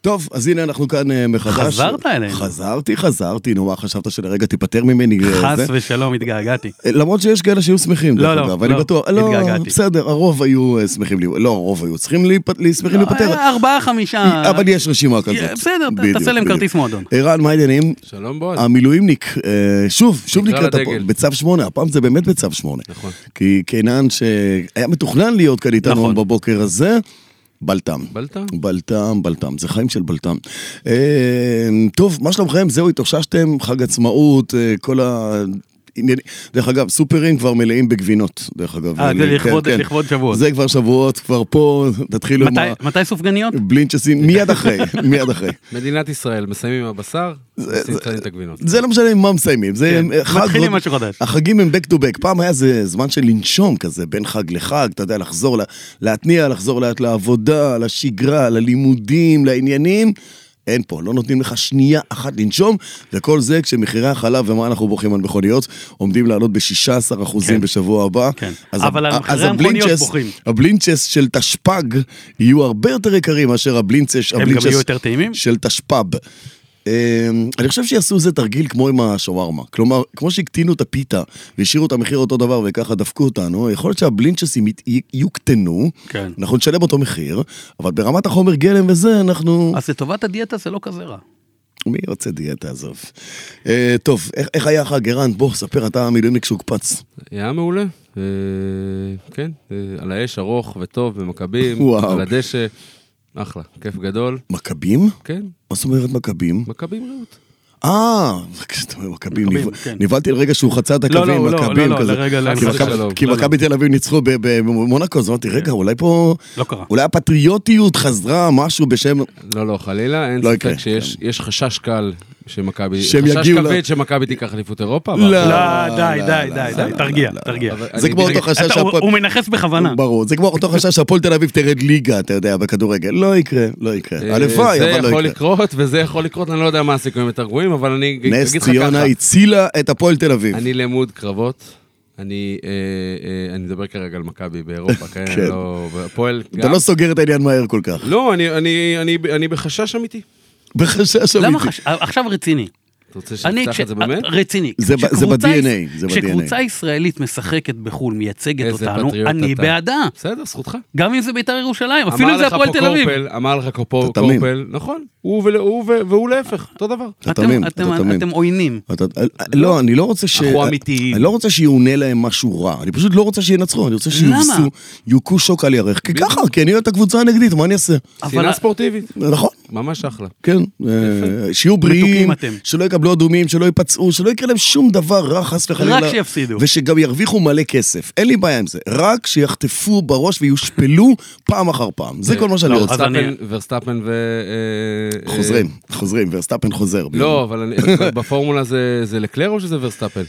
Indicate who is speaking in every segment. Speaker 1: טוב, אז הנה אנחנו כאן אה, מחדש.
Speaker 2: חזרת אלינו.
Speaker 1: חזרתי, חזרתי, נו, מה חשבת שלרגע תיפטר ממני? אה,
Speaker 2: חס
Speaker 1: זה? אה,
Speaker 2: ושלום, התגעגעתי.
Speaker 1: למרות שיש כאלה שהיו שמחים,
Speaker 2: לא,
Speaker 1: דרך
Speaker 2: לא,
Speaker 1: אגב, אני
Speaker 2: לא,
Speaker 1: בטוח, לא,
Speaker 2: התגעגעתי.
Speaker 1: בסדר, הרוב היו אה, שמחים, לי- לא, הרוב היו צריכים להיפ- לי- שמחים להיפטר,
Speaker 2: אה, ארבעה, חמישה.
Speaker 1: אבל יש רשימה כזאת.
Speaker 2: בסדר, ת-
Speaker 1: בדיוק,
Speaker 2: תעשה להם
Speaker 1: בדיוק.
Speaker 2: כרטיס מועדון.
Speaker 1: ערן, מה העניינים?
Speaker 3: שלום בועז.
Speaker 1: אמ- המילואימניק, אה, שוב, שוב
Speaker 3: נקרא
Speaker 1: נקראת פה,
Speaker 3: לדגל.
Speaker 1: בצו 8, הפעם זה באמת בצו 8.
Speaker 3: נכון.
Speaker 1: כי קינן שהיה מתוכנן להיות כאן איתנו
Speaker 2: נכון.
Speaker 1: בבוקר הזה, בלטם.
Speaker 3: בלטם?
Speaker 1: בלטם, בלטם, זה חיים של בלטם. אה, טוב, מה שלומכם? זהו, התאוששתם, חג עצמאות, אה, כל ה... ענייני- דרך אגב, סופרים כבר מלאים בגבינות, דרך אגב.
Speaker 2: אה, זה
Speaker 1: אני-
Speaker 2: לכבוד-
Speaker 1: כן, כן.
Speaker 2: לכבוד שבועות.
Speaker 1: זה כבר שבועות, כבר פה, תתחילו עם
Speaker 2: מתי-
Speaker 1: ה...
Speaker 2: מתי סופגניות?
Speaker 1: אה, בלינצ'סים, מיד אחרי, מיד אחרי.
Speaker 3: מדינת ישראל, מסיימים עם הבשר, עושים צד את הגבינות.
Speaker 1: זה לא משנה עם מה מסיימים, זה
Speaker 2: כן,
Speaker 1: חג...
Speaker 2: מתחילים משהו חדש.
Speaker 1: החגים הם back to back, פעם היה זה זמן של לנשום כזה, בין חג לחג, אתה יודע, לחזור, ל- להתניע, לחזור לאט לעבודה, לשגרה, ללימודים, לעניינים. אין פה, לא נותנים לך שנייה אחת לנשום, וכל זה כשמחירי החלב ומה אנחנו בוכים על מכוניות עומדים לעלות ב-16%
Speaker 2: כן.
Speaker 1: בשבוע הבא.
Speaker 2: כן.
Speaker 1: אה, אז
Speaker 2: אבל
Speaker 1: ה-
Speaker 2: על מחירי
Speaker 1: אז
Speaker 2: המכוניות
Speaker 1: הבלינצ'ס-
Speaker 2: בוכים.
Speaker 1: הבלינצ'ס של תשפ"ג יהיו הרבה יותר יקרים מאשר הבלינצ'ס
Speaker 2: הם גם
Speaker 1: הבלינצ'ס
Speaker 2: יהיו יותר טעימים?
Speaker 1: של תשפ"ב. אמ, אני חושב שיעשו איזה תרגיל כמו עם השווארמה. כלומר, כמו שהקטינו את הפיתה והשאירו את המחיר אותו דבר וככה דפקו אותנו, יכול להיות שהבלינצ'סים ית- י- יוקטנו,
Speaker 2: כן.
Speaker 1: אנחנו נשלם אותו מחיר, אבל ברמת החומר גלם וזה, אנחנו...
Speaker 2: אז לטובת הדיאטה זה לא כזה רע.
Speaker 1: מי רוצה דיאטה, עזוב. אה, טוב, איך- איך היה החג, ערן? בוא, ספר, אתה המילואימניק שהוקפץ.
Speaker 3: היה מעולה. אה, כן, אה, על האש ארוך וטוב במכבים,
Speaker 1: וואו.
Speaker 3: על הדשא, אחלה, כיף גדול.
Speaker 1: מכבים?
Speaker 3: כן,
Speaker 1: מה זאת אומרת מכבים?
Speaker 3: מכבים רעות.
Speaker 1: אה, כשאתה אומר מכבים,
Speaker 2: מכבים,
Speaker 1: נבהל-
Speaker 2: כן.
Speaker 1: נבהלתי לרגע שהוא חצה את
Speaker 2: לא,
Speaker 1: הקווים,
Speaker 2: לא, לא,
Speaker 1: מכבים
Speaker 2: לא, לא,
Speaker 1: כזה.
Speaker 2: לרגע לא,
Speaker 1: כי
Speaker 3: חס
Speaker 1: מכבי-
Speaker 3: ושלום.
Speaker 1: כי
Speaker 2: לא, לא.
Speaker 1: מכבי תל אביב ניצחו ב- ב- במונקו, אז אמרתי, רגע, אולי פה...
Speaker 2: לא קרה.
Speaker 1: אולי הפטריוטיות חזרה משהו בשם...
Speaker 3: לא, לא, חלילה, אין
Speaker 1: לא
Speaker 3: ספק
Speaker 1: יקרה,
Speaker 3: שיש יש חשש קל שמכבי,
Speaker 1: שהם
Speaker 3: חשש
Speaker 1: יגיעו ל-
Speaker 3: כבד שמכבי תיקח אליפות אירופה.
Speaker 1: לא.
Speaker 3: אבל-
Speaker 1: לא,
Speaker 2: לא, די, די,
Speaker 1: לא,
Speaker 2: די,
Speaker 1: לא,
Speaker 2: די,
Speaker 1: לא,
Speaker 2: תרגיע, תרגיע.
Speaker 3: אבל
Speaker 1: זה
Speaker 3: אני
Speaker 1: כמו
Speaker 3: בדיוק-
Speaker 1: אותו חשש
Speaker 2: אתה- הוא-
Speaker 1: שהפועל...
Speaker 2: הוא מנכס בכוונה.
Speaker 1: ברור, זה כמו אותו חשש שהפועל תל אביב תרד ליגה, אתה יודע, בכדורגל. לא יקרה, לא יקרה.
Speaker 3: אה,
Speaker 1: הלוואי, אבל
Speaker 3: זה
Speaker 1: לא יקרה.
Speaker 3: יכול לקרות וזה יכול לקרות, אני לא יודע מה הסיכויים יותר גרועים, אבל אני אגיד לך ככה.
Speaker 1: נס ציונה הצילה את הפועל תל אביב.
Speaker 3: אני למוד קרבות. אני, אה, אה, אני מדבר כרגע על מכבי באירופה, כן,
Speaker 1: כן.
Speaker 3: לא, הפועל
Speaker 1: אתה
Speaker 3: גם.
Speaker 1: לא סוגר את העניין מהר כל כך.
Speaker 3: לא, אני, אני, אני, אני בחשש אמיתי.
Speaker 1: בחשש
Speaker 2: למה
Speaker 1: אמיתי.
Speaker 2: חש... עכשיו רציני.
Speaker 3: אתה רוצה
Speaker 2: אני,
Speaker 3: שנפתח את זה
Speaker 2: כש- אה,
Speaker 3: באמת?
Speaker 2: רציני.
Speaker 1: זה ב- זה
Speaker 2: כשקבוצה-
Speaker 1: ב-DNA, זה
Speaker 2: כשקבוצה
Speaker 1: ב-DNA.
Speaker 2: ישראלית משחקת בחו"ל, מייצגת
Speaker 3: איזה
Speaker 2: אותנו,
Speaker 3: פטריוט
Speaker 2: אני
Speaker 3: אתה.
Speaker 2: בעדה.
Speaker 3: בסדר, זכותך.
Speaker 2: גם אם זה בית"ר ירושלים, אה, אפילו אם
Speaker 3: אמר
Speaker 2: זה
Speaker 3: לך
Speaker 2: הפועל
Speaker 3: פה
Speaker 2: תל אביב.
Speaker 3: קורפל, אמר לך פה
Speaker 1: אתה תמים.
Speaker 3: קורפל, נכון, הוא ול- הוא ו- והוא להפך, אותו דבר.
Speaker 1: אתה
Speaker 2: אתם-
Speaker 1: תמים,
Speaker 2: אתם-
Speaker 1: אתה תמים.
Speaker 2: אתם עוינים.
Speaker 1: אתה, לא, אני לא רוצה ש...
Speaker 2: אנחנו אמיתיים.
Speaker 1: אני לא רוצה שיאונה להם משהו רע, אני פשוט לא רוצה שינצחו, אני רוצה
Speaker 2: למה?
Speaker 1: שיובסו, יוכו שוק על ירך. כי ככה, כי אני אוהב את הקבוצה הנגדית, מה אני אעשה?
Speaker 2: אבל
Speaker 3: שנאה ספורטיבית,
Speaker 1: נכון,
Speaker 3: ממש אחלה.
Speaker 1: כן. אה, שיהיו בריאים,
Speaker 2: מתוקים אתם.
Speaker 1: שלא יקבלו אדומים, שלא ייפצעו, שלא יקרה להם שום דבר רע, חס וחלילה.
Speaker 2: רק שיפסידו.
Speaker 1: ושגם ירוויחו מלא כסף, אין לי בעיה עם זה. רק שיחטפו בראש ויושפלו פעם אחר פעם. זה כל מה שאני
Speaker 3: לא,
Speaker 1: רוצה.
Speaker 2: אה, אז אני-
Speaker 3: ורסטאפן- ורסטאפן ו... אה, אה,
Speaker 1: חוזרים, חוזרים, ורסטאפן חוזר.
Speaker 3: לא, אבל אני- בפורמולה זה זה לקלר או שזה ורסטאפן?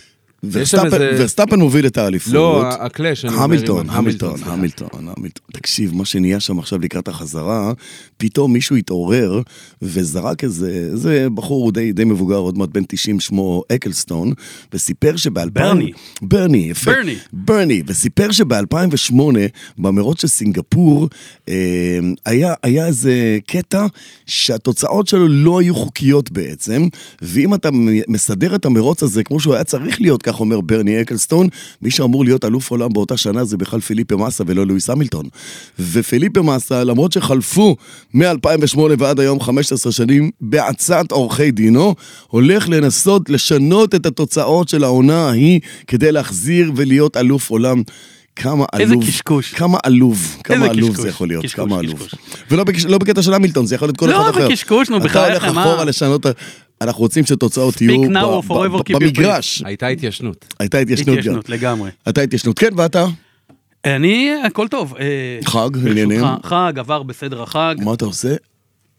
Speaker 3: יש שם
Speaker 1: ורסטאפן-
Speaker 3: איזה-
Speaker 1: ורסטאפן מוביל את האליפות.
Speaker 3: לא, הקלאש. אני אומר,
Speaker 1: המילטון,
Speaker 3: עם-
Speaker 1: המילטון,
Speaker 3: סליחה.
Speaker 1: המילטון, המילטון. תקשיב, מה שנהיה שם עכשיו לקראת החזרה, פתאום מישהו התעורר וזרק איזה, איזה בחור הוא די, די מבוגר, עוד מעט בן 90, שמו אקלסטון, וסיפר שב-2000...
Speaker 2: ברני.
Speaker 1: ברני, יפה.
Speaker 2: ברני.
Speaker 1: ברני, וסיפר שב-2008, במרוץ של סינגפור, אה, היה, היה איזה קטע שהתוצאות שלו לא היו חוקיות בעצם, ואם אתה מ- מסדר את המרוץ הזה כמו שהוא היה צריך להיות, כך אומר ברני אקלסטון, מי שאמור להיות אלוף עולם באותה שנה זה בכלל פיליפה מסה ולא לואיס המילטון. ופיליפה מסה, למרות שחלפו מ-2008 ועד היום 15 שנים בעצת עורכי דינו, הולך לנסות לשנות את התוצאות של העונה ההיא כדי להחזיר ולהיות אלוף עולם. כמה עלוב,
Speaker 2: איזה קשקוש.
Speaker 1: כמה עלוב, כמה
Speaker 2: איזה
Speaker 1: עלוב
Speaker 2: קשקוש,
Speaker 1: זה יכול להיות,
Speaker 2: קשקוש,
Speaker 1: כמה עלוב.
Speaker 2: קשקוש.
Speaker 1: ולא בקש, לא בקטע של המילטון, זה יכול להיות כל
Speaker 2: לא,
Speaker 1: אחד אחר.
Speaker 2: זה קשקוש, נו,
Speaker 1: אתה
Speaker 2: בחייך,
Speaker 1: הולך
Speaker 2: מה?
Speaker 1: אחורה לשנות, ה- אנחנו רוצים שתוצאות יהיו ב-
Speaker 2: now or forever
Speaker 1: ב-
Speaker 2: keep your
Speaker 1: במגרש.
Speaker 3: הייתה התיישנות.
Speaker 1: הייתה התיישנות גם.
Speaker 2: התיישנות לגמרי.
Speaker 1: הייתה התיישנות, כן, ואתה?
Speaker 2: אני, הכל טוב. אה,
Speaker 1: חג,
Speaker 2: ברשותך,
Speaker 1: עניינים.
Speaker 2: חג, עבר בסדר החג.
Speaker 1: מה אתה עושה?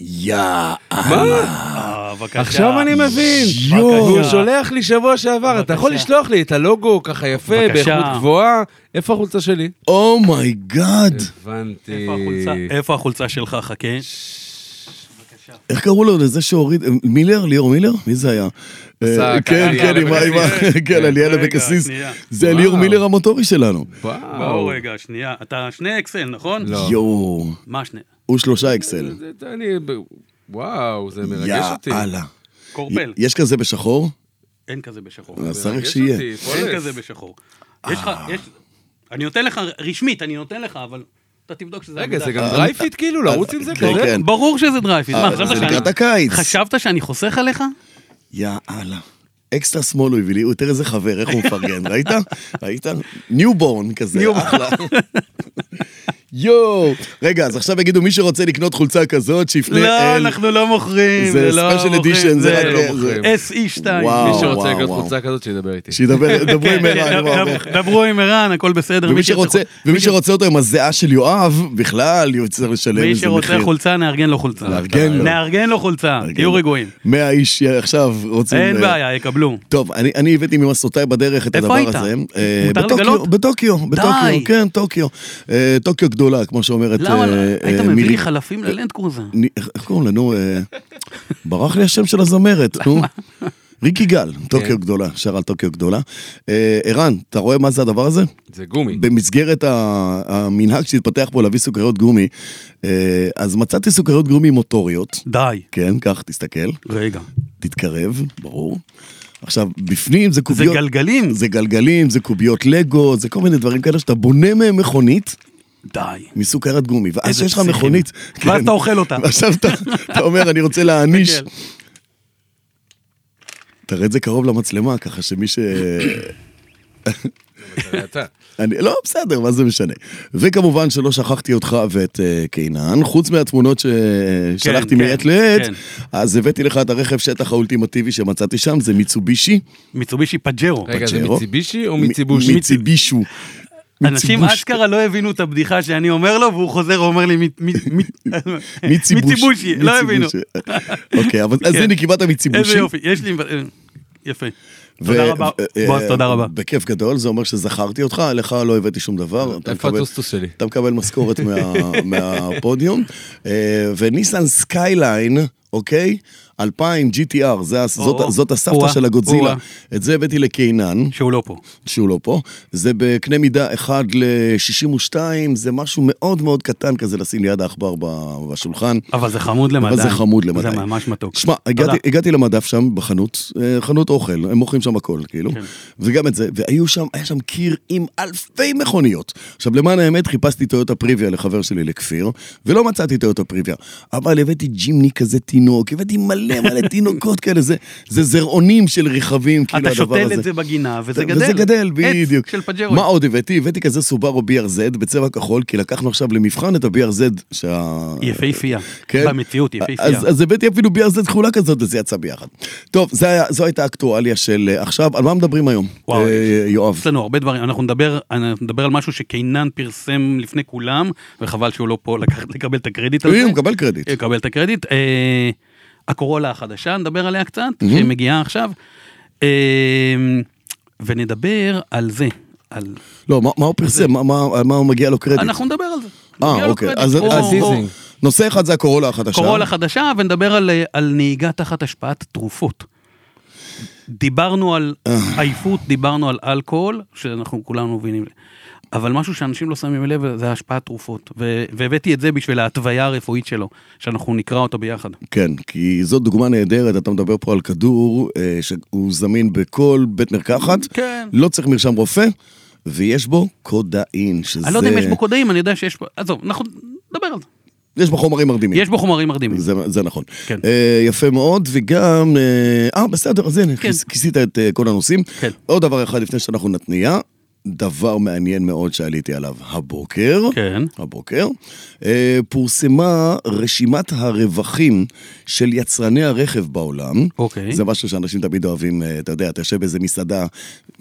Speaker 1: יאה.
Speaker 2: אה, בבקשה.
Speaker 3: עכשיו אני מבין.
Speaker 2: בבקשה.
Speaker 3: הוא שולח לי שבוע שעבר, אתה
Speaker 2: בבקשה.
Speaker 3: יכול לשלוח לי את הלוגו ככה יפה,
Speaker 2: בבקשה.
Speaker 3: באיכות גבוהה, איפה החולצה שלי?
Speaker 1: oh אומייגאד.
Speaker 3: כן. הבנתי.
Speaker 2: איפה החולצה? איפה החולצה שלך? חכה.
Speaker 1: איך קראו לו לזה שהוריד? מילר? ליאור מילר? מי זה היה? אה,
Speaker 3: עשה
Speaker 1: כן,
Speaker 3: עלייה
Speaker 1: כן, עם ה- עם ה...
Speaker 3: לאבקסיס.
Speaker 1: כן, עלייה
Speaker 2: רגע,
Speaker 1: לבקסיס.
Speaker 2: שנייה.
Speaker 1: זה ליאור
Speaker 3: וואו.
Speaker 1: מילר המוטורי שלנו.
Speaker 2: בואו
Speaker 3: וואו.
Speaker 2: רגע, שנייה. אתה שני אקסל, נכון?
Speaker 3: לא.
Speaker 1: יואו.
Speaker 2: מה שני?
Speaker 1: הוא שלושה אקסל.
Speaker 3: זה- זה- אני ב- וואו, זה מרגש אותי.
Speaker 1: יאללה.
Speaker 2: קורפל,
Speaker 1: יש כזה בשחור?
Speaker 2: אין כזה בשחור.
Speaker 1: אז
Speaker 3: זה
Speaker 1: צריך
Speaker 3: מרגש
Speaker 1: שיהיה.
Speaker 3: אותי, פולס.
Speaker 2: אין כזה בשחור.
Speaker 1: אה.
Speaker 2: יש לך, יש... אני נותן לך, רשמית, אני נותן לך, אבל אתה תבדוק שזה...
Speaker 3: רגע,
Speaker 2: אגדה.
Speaker 3: זה גם דרייפיט כאילו? לרוץ עם זה?
Speaker 1: אה, כן,
Speaker 3: כזה?
Speaker 1: כן.
Speaker 2: ברור שזה דרייפיט.
Speaker 1: אה,
Speaker 2: מה, חשבת
Speaker 1: זה
Speaker 2: שאני...
Speaker 1: לקראת הקיץ.
Speaker 2: חשבת שאני חוסך עליך?
Speaker 1: יאללה. אקסטרה שמאל הוא הביא לי, הוא יותר איזה חבר, איך הוא מפרגן, ראית? ראית? ניובורן כזה, אחלה. יואו. רגע, אז עכשיו יגידו, מי שרוצה לקנות חולצה כזאת, שיפנה
Speaker 2: לא,
Speaker 1: אל...
Speaker 2: אנחנו לא מוכרים.
Speaker 1: זה
Speaker 2: לא
Speaker 1: special
Speaker 2: מוכרים,
Speaker 1: edition, זה
Speaker 3: רק-
Speaker 2: לא
Speaker 3: זה-
Speaker 2: מוכרים. SE2.
Speaker 1: אה, וואו.
Speaker 3: מי שרוצה לקנות
Speaker 1: וואו.
Speaker 3: חולצה כזאת, שידבר איתי.
Speaker 1: שידבר, דברו עם ערן.
Speaker 2: כן,
Speaker 1: וואו, וואו.
Speaker 2: דב- דברו עם ערן, הכל בסדר.
Speaker 1: ומי
Speaker 2: מי שרוצה-
Speaker 1: שרוצה, ומי שרוצה אותו עם הזיעה של יואב, בכלל, יואב צריך לשלם
Speaker 2: מי
Speaker 1: איזה
Speaker 2: שרוצה
Speaker 1: מחיר.
Speaker 2: חולצה, נארגן לו חולצה.
Speaker 1: נארגן לו.
Speaker 2: נארגן לו חולצה,
Speaker 1: נארגן
Speaker 2: תהיו
Speaker 1: לו.
Speaker 2: רגועים.
Speaker 1: 100 איש עכשיו רוצים...
Speaker 2: אין
Speaker 1: אה,
Speaker 2: בעיה, יקבלו.
Speaker 1: טוב, אני, אני הבאתי ממסעותיי בדרך את
Speaker 2: איפה
Speaker 1: הדבר
Speaker 2: היית?
Speaker 1: הזה. אה,
Speaker 2: מותר
Speaker 1: בטוקיו,
Speaker 2: לגלות?
Speaker 1: בטוקיו, בטוקיו, כן, טוקיו. אה, טוקיו גדולה, כמו שאומרת
Speaker 2: למה? לא-
Speaker 1: אה,
Speaker 2: היית
Speaker 1: אה,
Speaker 2: מביא
Speaker 1: מירי.
Speaker 2: לי חלפים ללנד קרוזר.
Speaker 1: אני- איך- איך קוראים לנו? אה, ברח לי השם של הזמרת, נו. ריקי גל,
Speaker 2: כן.
Speaker 1: טוקיו גדולה, שרה על טוקיו גדולה. אה, ערן, אתה רואה מה זה הדבר הזה?
Speaker 3: זה גומי.
Speaker 1: במסגרת ה- המנהג שהתפתח פה להביא סוכריות גומי, אה, אז מצאתי סוכריות גומי מוטוריות.
Speaker 2: די.
Speaker 1: כן, קח, תסתכל,
Speaker 2: רגע.
Speaker 1: תתקרב, ברור. עכשיו, בפנים זה
Speaker 2: זה
Speaker 1: קוביות...
Speaker 2: גלגלים?
Speaker 1: זה גלגלים, זה קוביות לגו, זה כל מיני דברים כאלה שאתה בונה מהם מכונית
Speaker 2: די.
Speaker 1: מסוכרת גומי. ואז
Speaker 2: איזה
Speaker 1: כשיש אה, לך
Speaker 2: פסיכים.
Speaker 1: מכונית... כן.
Speaker 2: ואז אתה אוכל אותה. כן.
Speaker 1: ועכשיו אתה, אתה אומר, אני רוצה להעניש.
Speaker 2: תסתכל.
Speaker 1: תראה את זה קרוב למצלמה, ככה שמי ש...
Speaker 3: זה אתה.
Speaker 1: אני, לא, בסדר, מה זה משנה. וכמובן שלא שכחתי אותך ואת אה, קינן, חוץ מהתמונות ששלחתי
Speaker 2: כן,
Speaker 1: מעת לעת,
Speaker 2: כן.
Speaker 1: אז הבאתי לך את הרכב שטח האולטימטיבי שמצאתי שם, זה מיצובישי.
Speaker 2: מיצובישי פג'רו.
Speaker 3: רגע, זה
Speaker 1: פצ'רו?
Speaker 3: מיציבישי או מיציבושי?
Speaker 1: מיציבישו.
Speaker 2: אנשים
Speaker 1: מיציבוש.
Speaker 2: אשכרה לא הבינו את הבדיחה שאני אומר לו, והוא חוזר ואומר לי מי- מי- מי-
Speaker 1: מיציבוש.
Speaker 2: מיציבושי, לא הבינו.
Speaker 1: מיציבושי. אוקיי, אבל אז
Speaker 2: כן.
Speaker 1: הנה קיבלת מיציבושי.
Speaker 2: איזה יופי, יש לי... אה, יפה.
Speaker 1: ו-
Speaker 2: תודה רבה.
Speaker 1: ו- אה,
Speaker 2: בועז, תודה רבה.
Speaker 1: בכיף גדול, זה אומר שזכרתי אותך, לך לא הבאתי שום דבר. אתה
Speaker 3: איפה
Speaker 1: מקבל-
Speaker 3: הטוסטוס שלי?
Speaker 1: אתה מקבל משכורת מה- מהפודיום. אה, וניסן סקייליין, אוקיי? 2000 GTR, זה ה- זאת- זאת הסבתא
Speaker 2: או-אה,
Speaker 1: של הגודזילה.
Speaker 2: או-אה.
Speaker 1: את זה הבאתי לקינן,
Speaker 2: שהוא לא פה.
Speaker 1: שהוא לא פה. זה בקנה מידה 1 ל-62, זה משהו מאוד מאוד קטן כזה לשים ליד העכבר ב- בשולחן.
Speaker 2: אבל זה חמוד למדי.
Speaker 1: אבל זה חמוד למדי.
Speaker 2: זה ממש מתוק.
Speaker 1: שמע,
Speaker 2: תודה.
Speaker 1: הגעתי, הגעתי למדף שם בחנות, אה, חנות אוכל, הם מוכרים שם הכל, כאילו, כן.
Speaker 2: כן.
Speaker 1: וגם את זה, והיו שם, היה שם קיר עם אלפי מכוניות. עכשיו, למען האמת, חיפשתי טויוטה פריביה לחבר שלי, לכפיר, ולא מצאתי טויוטה פריביה, אבל הבאתי ג'ימני כזה תינוק, הבאתי מלא מלא תינוקות כאלה, זה, זה זרעונים של רכבים, כאילו,
Speaker 2: אתה
Speaker 1: הדבר הזה.
Speaker 2: שותל את זה בגינה, וזה גדל.
Speaker 1: וזה גדל, בדיוק.
Speaker 2: עץ של פג'רו.
Speaker 1: מה עוד הבאתי? הבאתי כזה סובארו BRZ בצבע כחול, כי לקחנו עכשיו למבחן את ה-BRZ, שה...
Speaker 2: יפהפייה.
Speaker 1: כן?
Speaker 2: במציאות יפהפייה.
Speaker 1: אז, אז הבאתי אפילו BRZ כחולה כזאת, וזה יצא ביחד. טוב, זה היה, זו הייתה האקטואליה של אה, עכשיו, על מה מדברים היום?
Speaker 2: וואו,
Speaker 1: אה, יואב.
Speaker 2: יש לנו הרבה דברים, אנחנו נדבר, אנחנו נדבר על משהו שקינן פרסם לפני כולם, וחבל שהוא לא פה לקח, לקבל את הקרדיט על זה.
Speaker 1: הנה, הוא מקבל קרדיט.
Speaker 2: יקבל את הקרדיט. אה, הקורולה החדשה, נדבר עליה קצת, שמגיעה עכשיו. אה, ונדבר על זה. על...
Speaker 1: לא, מה, מה הוא פרסם? מה, מה, על מה הוא מגיע לו קרדיט?
Speaker 2: אנחנו נדבר על זה. מגיע
Speaker 1: אה,
Speaker 2: לו
Speaker 1: אוקיי.
Speaker 2: קרדיט.
Speaker 1: אז,
Speaker 2: או-
Speaker 1: אז
Speaker 2: או-
Speaker 3: טיזינג.
Speaker 1: נושא אחד זה הקורולה החדשה.
Speaker 2: קורולה חדשה, ונדבר על, אה, על נהיגה תחת השפעת תרופות. דיברנו על
Speaker 1: אה.
Speaker 2: עייפות, דיברנו על אלכוהול, שאנחנו כולנו מבינים. אבל משהו שאנשים לא שמים לב זה השפעת תרופות. ו- והבאתי את זה בשביל ההתוויה הרפואית שלו, שאנחנו נקרא אותה ביחד.
Speaker 1: כן, כי זאת דוגמה נהדרת, אתה מדבר פה על כדור אה, שהוא זמין בכל בית מרקחת.
Speaker 2: כן.
Speaker 1: לא צריך מרשם רופא, ויש בו קודאין, שזה...
Speaker 2: אני לא יודע אם יש בו קודאים, אני יודע שיש בו... עזוב, אנחנו נדבר על זה.
Speaker 1: יש בו חומרים מרדימים.
Speaker 2: יש בו חומרים מרדימים.
Speaker 1: זה, זה נכון.
Speaker 2: כן.
Speaker 1: אה, יפה מאוד, וגם... אה, אה, בסדר, אז הנה,
Speaker 2: כן.
Speaker 1: כיס, כיסית את אה, כל הנושאים.
Speaker 2: כן.
Speaker 1: עוד דבר אחד לפני שאנחנו נתניע, דבר מעניין מאוד שעליתי עליו הבוקר.
Speaker 2: כן.
Speaker 1: הבוקר. אה, פורסמה רשימת הרווחים של יצרני הרכב בעולם.
Speaker 2: אוקיי.
Speaker 1: זה משהו שאנשים תמיד אוהבים, אה, אתה יודע, אתה יושב באיזה מסעדה,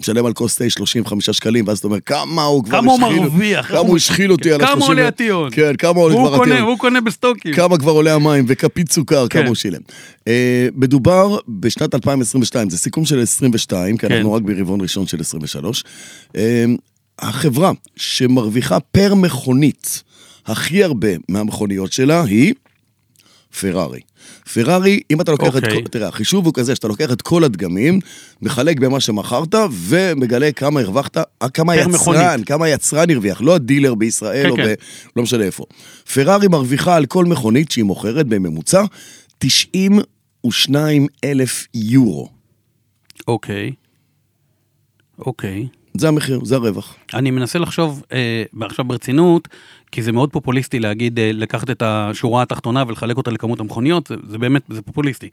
Speaker 1: משלם על כוס תה 35 שקלים, ואז אתה אומר, כמה הוא כבר
Speaker 2: כמה הוא
Speaker 1: השחיל אותי-
Speaker 2: מרוויח, כן.
Speaker 1: כמה הוא השחיל אותי על ה-30...
Speaker 2: כמה עולה הטיון?
Speaker 1: כן, כמה עולה כבר
Speaker 2: הוא
Speaker 1: הטיון.
Speaker 2: קונה, הוא קונה בסטוקים.
Speaker 1: כמה כבר עולה המים וכפית סוכר,
Speaker 2: כן.
Speaker 1: כמה הוא שילם. אה, מדובר בשנת 2022, זה סיכום של 22, כי
Speaker 2: כן.
Speaker 1: אנחנו רק ברבעון ראשון של 23. אה, החברה שמרוויחה פר מכונית הכי הרבה מהמכוניות שלה היא פרארי. פרארי, אם אתה לוקח okay. את
Speaker 2: אוקיי.
Speaker 1: כל... תראה, החישוב הוא כזה, שאתה לוקח את כל הדגמים, מחלק במה שמכרת, ומגלה כמה הרווחת, אה, כמה
Speaker 2: פר
Speaker 1: היצרן,
Speaker 2: מכונית.
Speaker 1: כמה היצרן הרוויח, לא הדילר בישראל,
Speaker 2: כן,
Speaker 1: או ב...
Speaker 2: כן.
Speaker 1: לא משנה איפה. פרארי מרוויחה על כל מכונית שהיא מוכרת בממוצע 92 אלף יורו.
Speaker 2: אוקיי. אוקיי.
Speaker 1: זה המחיר, זה הרווח.
Speaker 2: אני מנסה לחשוב אה, עכשיו ברצינות, כי זה מאוד פופוליסטי להגיד, אה, לקחת את השורה התחתונה ולחלק אותה לכמות המכוניות, זה, זה באמת, זה פופוליסטי.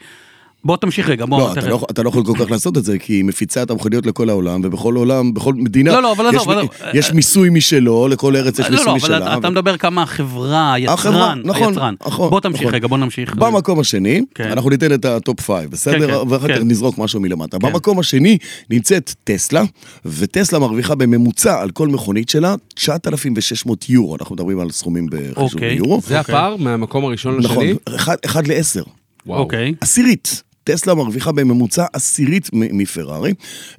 Speaker 2: בוא תמשיך רגע, בוא,
Speaker 1: לא, אתה
Speaker 2: תכף.
Speaker 1: לא, אתה לא יכול כל כך לעשות את זה, כי היא מפיצה את המכוניות לכל העולם, ובכל עולם, בכל מדינה,
Speaker 2: לא, לא, אבל
Speaker 1: יש,
Speaker 2: עזוב,
Speaker 1: מ-
Speaker 2: עזוב.
Speaker 1: יש מיסוי משלו, לכל ארץ יש
Speaker 2: לא,
Speaker 1: מיסוי
Speaker 2: לא, אבל
Speaker 1: משלה.
Speaker 2: אתה,
Speaker 1: ו-
Speaker 2: אתה מדבר כמה החברה, היצרן,
Speaker 1: החברה, נכון,
Speaker 2: היצרן.
Speaker 1: נכון,
Speaker 2: בוא תמשיך
Speaker 1: נכון.
Speaker 2: רגע, בוא נמשיך.
Speaker 1: במקום השני,
Speaker 2: כן.
Speaker 1: אנחנו ניתן את הטופ פייב, בסדר?
Speaker 2: כן,
Speaker 1: ואחר כך
Speaker 2: כן.
Speaker 1: נזרוק משהו מלמטה.
Speaker 2: כן.
Speaker 1: במקום השני נמצאת טסלה, וטסלה מרוויחה בממוצע על כל מכונית שלה 9,600 יורו, אנחנו מדברים על סכומים בחישוב
Speaker 2: אוקיי.
Speaker 1: ביורו.
Speaker 3: זה הפער מהמקום הראשון
Speaker 1: נכון,
Speaker 3: לשני?
Speaker 1: אחד- אחד לעשר.
Speaker 3: וואו.
Speaker 2: אוקיי.
Speaker 1: עשירית. טסלה מרוויחה בממוצע עשירית מ- מפרארי.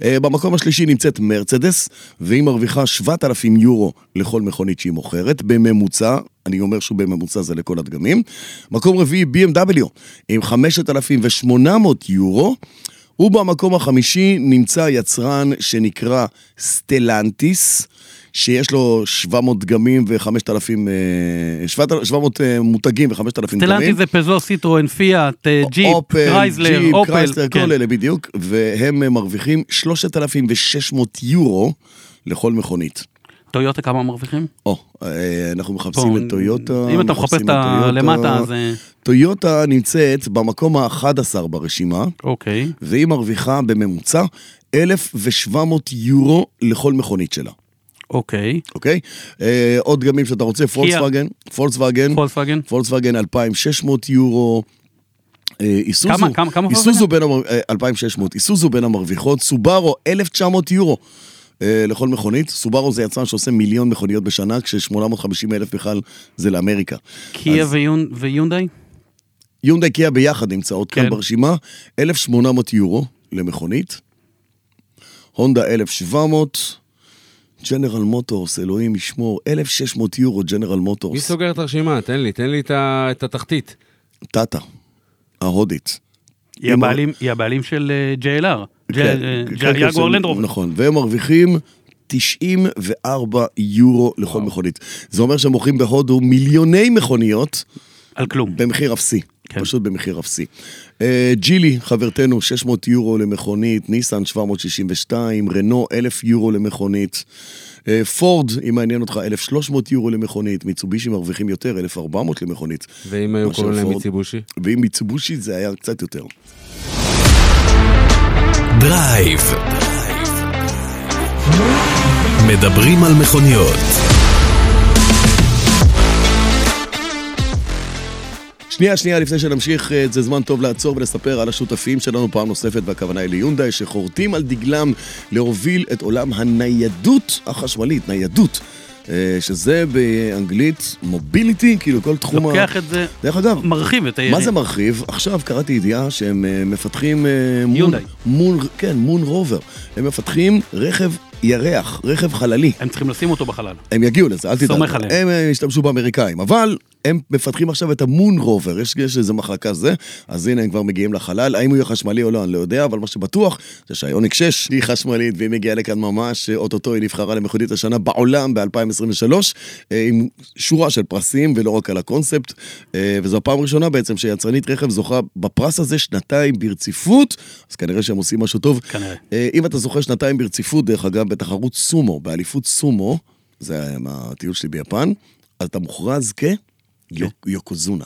Speaker 1: אה, במקום השלישי נמצאת מרצדס, והיא מרוויחה 7,000 יורו לכל מכונית שהיא מוכרת, בממוצע, אני אומר שוב בממוצע זה לכל הדגמים. מקום רביעי, BMW, עם 5,800 יורו. ובמקום החמישי נמצא יצרן שנקרא סטלנטיס, שיש לו 700 דגמים ו-5,000, 700 אה, מותגים ו-5,000 דגמים.
Speaker 2: סטלנטי זה פזו, סיטרואן, פיאט, אה, ג'יפ,
Speaker 1: אופל,
Speaker 2: קרייזלר,
Speaker 1: ג'יפ,
Speaker 2: אופל.
Speaker 1: קרייסלר,
Speaker 2: כן.
Speaker 1: כל אלה בדיוק, והם אה, מרוויחים 3,600 יורו לכל מכונית.
Speaker 2: טויוטה כמה מרוויחים?
Speaker 1: או, אה, אנחנו
Speaker 2: פה,
Speaker 1: מחפשים את טויוטה.
Speaker 2: אם אתה מחפש
Speaker 1: מחפשים
Speaker 2: את
Speaker 1: את
Speaker 2: ה-
Speaker 1: טויוטה.
Speaker 2: למטה, אז... אה,
Speaker 1: טויוטה נמצאת במקום ה-11 ברשימה,
Speaker 2: אוקיי.
Speaker 1: והיא מרוויחה בממוצע 1,700 יורו לכל מכונית שלה,
Speaker 2: אוקיי.
Speaker 1: אוקיי? אה, עוד דגמים שאתה רוצה, פולקסווגן, פולקסווגן,
Speaker 2: פולסווגן?
Speaker 1: פולקסווגן 2,600 יורו. אה, איסוזו,
Speaker 2: כמה- כמה- כמה
Speaker 1: איסוזו בין, המר... אה, 2,600, איסוזו בין המרוויחות, סובארו 1,900 יורו אה, לכל מכונית, סובארו זה יצרן שעושה מיליון מכוניות בשנה, כש-850 אלף בכלל זה לאמריקה.
Speaker 2: קיה ויונ- ויונדאי?
Speaker 1: יונדאי קיה ביחד נמצאות
Speaker 2: כן.
Speaker 1: כאן ברשימה, 1,800 יורו למכונית, הונדה 1,700, ג'נרל מוטורס, אלוהים ישמור, 1,600 יורו ג'נרל
Speaker 3: מי
Speaker 1: מוטורס,
Speaker 3: סוגר את הרשימה? תן לי, תן לי את ה- את התחתית.
Speaker 1: טאטה, ההודית.
Speaker 2: היא
Speaker 1: עם ה-
Speaker 2: הבעלים- היא הבעלים של אה, JLR.
Speaker 1: כן,
Speaker 2: אה,
Speaker 1: כן, כן,
Speaker 2: ג'יאגואר
Speaker 1: כן,
Speaker 2: לנדרובר.
Speaker 1: נכון, והם מרוויחים 94 יורו לכל מכונית. זה אומר שהם מוכרים בהודו מיליוני מכוניות
Speaker 2: על כלום.
Speaker 1: במחיר אפסי.
Speaker 2: כן.
Speaker 1: פשוט במחיר אפסי. אה, ג'ילי, חברתנו, 600 יורו למכונית, ניסן 762, רנו 1,000 יורו למכונית, אה, פורד, אם מעניין אותך, 1,300 יורו למכונית, מיצובישי מרוויחים יותר, 1,400 למכונית,
Speaker 3: ואם היו
Speaker 1: מאשר
Speaker 3: קוראים להם
Speaker 1: פורד.
Speaker 3: מיציבושי?
Speaker 1: ואם מיצובושי זה היה קצת יותר.
Speaker 4: דרייב. מדברים על מכוניות.
Speaker 1: שנייה, שנייה, לפני שנמשיך, אה, זה זמן טוב לעצור ולספר על השותפים שלנו פעם נוספת, והכוונה היא ליונדאי, שחורטים על דגלם להוביל את עולם הניידות החשמלית, ניידות, אה, שזה באנגלית מוביליטי, כאילו כל תחום ה...
Speaker 2: לוקח את זה,
Speaker 1: דרך אגב,
Speaker 2: מרחיב את היריעה.
Speaker 1: מה זה מרחיב? עכשיו קראתי ידיעה שהם אה, מפתחים... אה, מון-
Speaker 2: יונדאי.
Speaker 1: מון, כן, מון רובר. הם מפתחים רכב ירח, רכב חללי.
Speaker 2: הם צריכים לשים אותו בחלל.
Speaker 1: הם יגיעו לזה, אל תדאג.
Speaker 2: סומך עליהם.
Speaker 1: הם אה, השתמשו באמריקאים, אבל הם מפתחים עכשיו את המון רובר, יש, יש איזה מחלקה זה, אז הנה הם כבר מגיעים לחלל, האם הוא יהיה חשמלי או לא, אני לא יודע, אבל מה שבטוח זה שהיוניק 6 היא חשמלית, והיא מגיעה לכאן ממש, אה, אוטוטו היא נבחרה למכונית השנה בעולם ב-2023, אה, עם שורה של פרסים ולא רק על הקונספט, אה, וזו הפעם הראשונה בעצם שיצרנית רכב זוכה בפרס הזה שנתיים ברציפות, אז כנראה שהם עושים משהו טוב.
Speaker 2: כנראה.
Speaker 1: אה, אם אתה זוכר שנתיים ברציפות, דרך אגב, בתחרות סומו, באליפות סומו, זה היה עם הטיול שלי ביפן, אז אתה מוכרז
Speaker 3: כן.
Speaker 1: כיוקוזונה.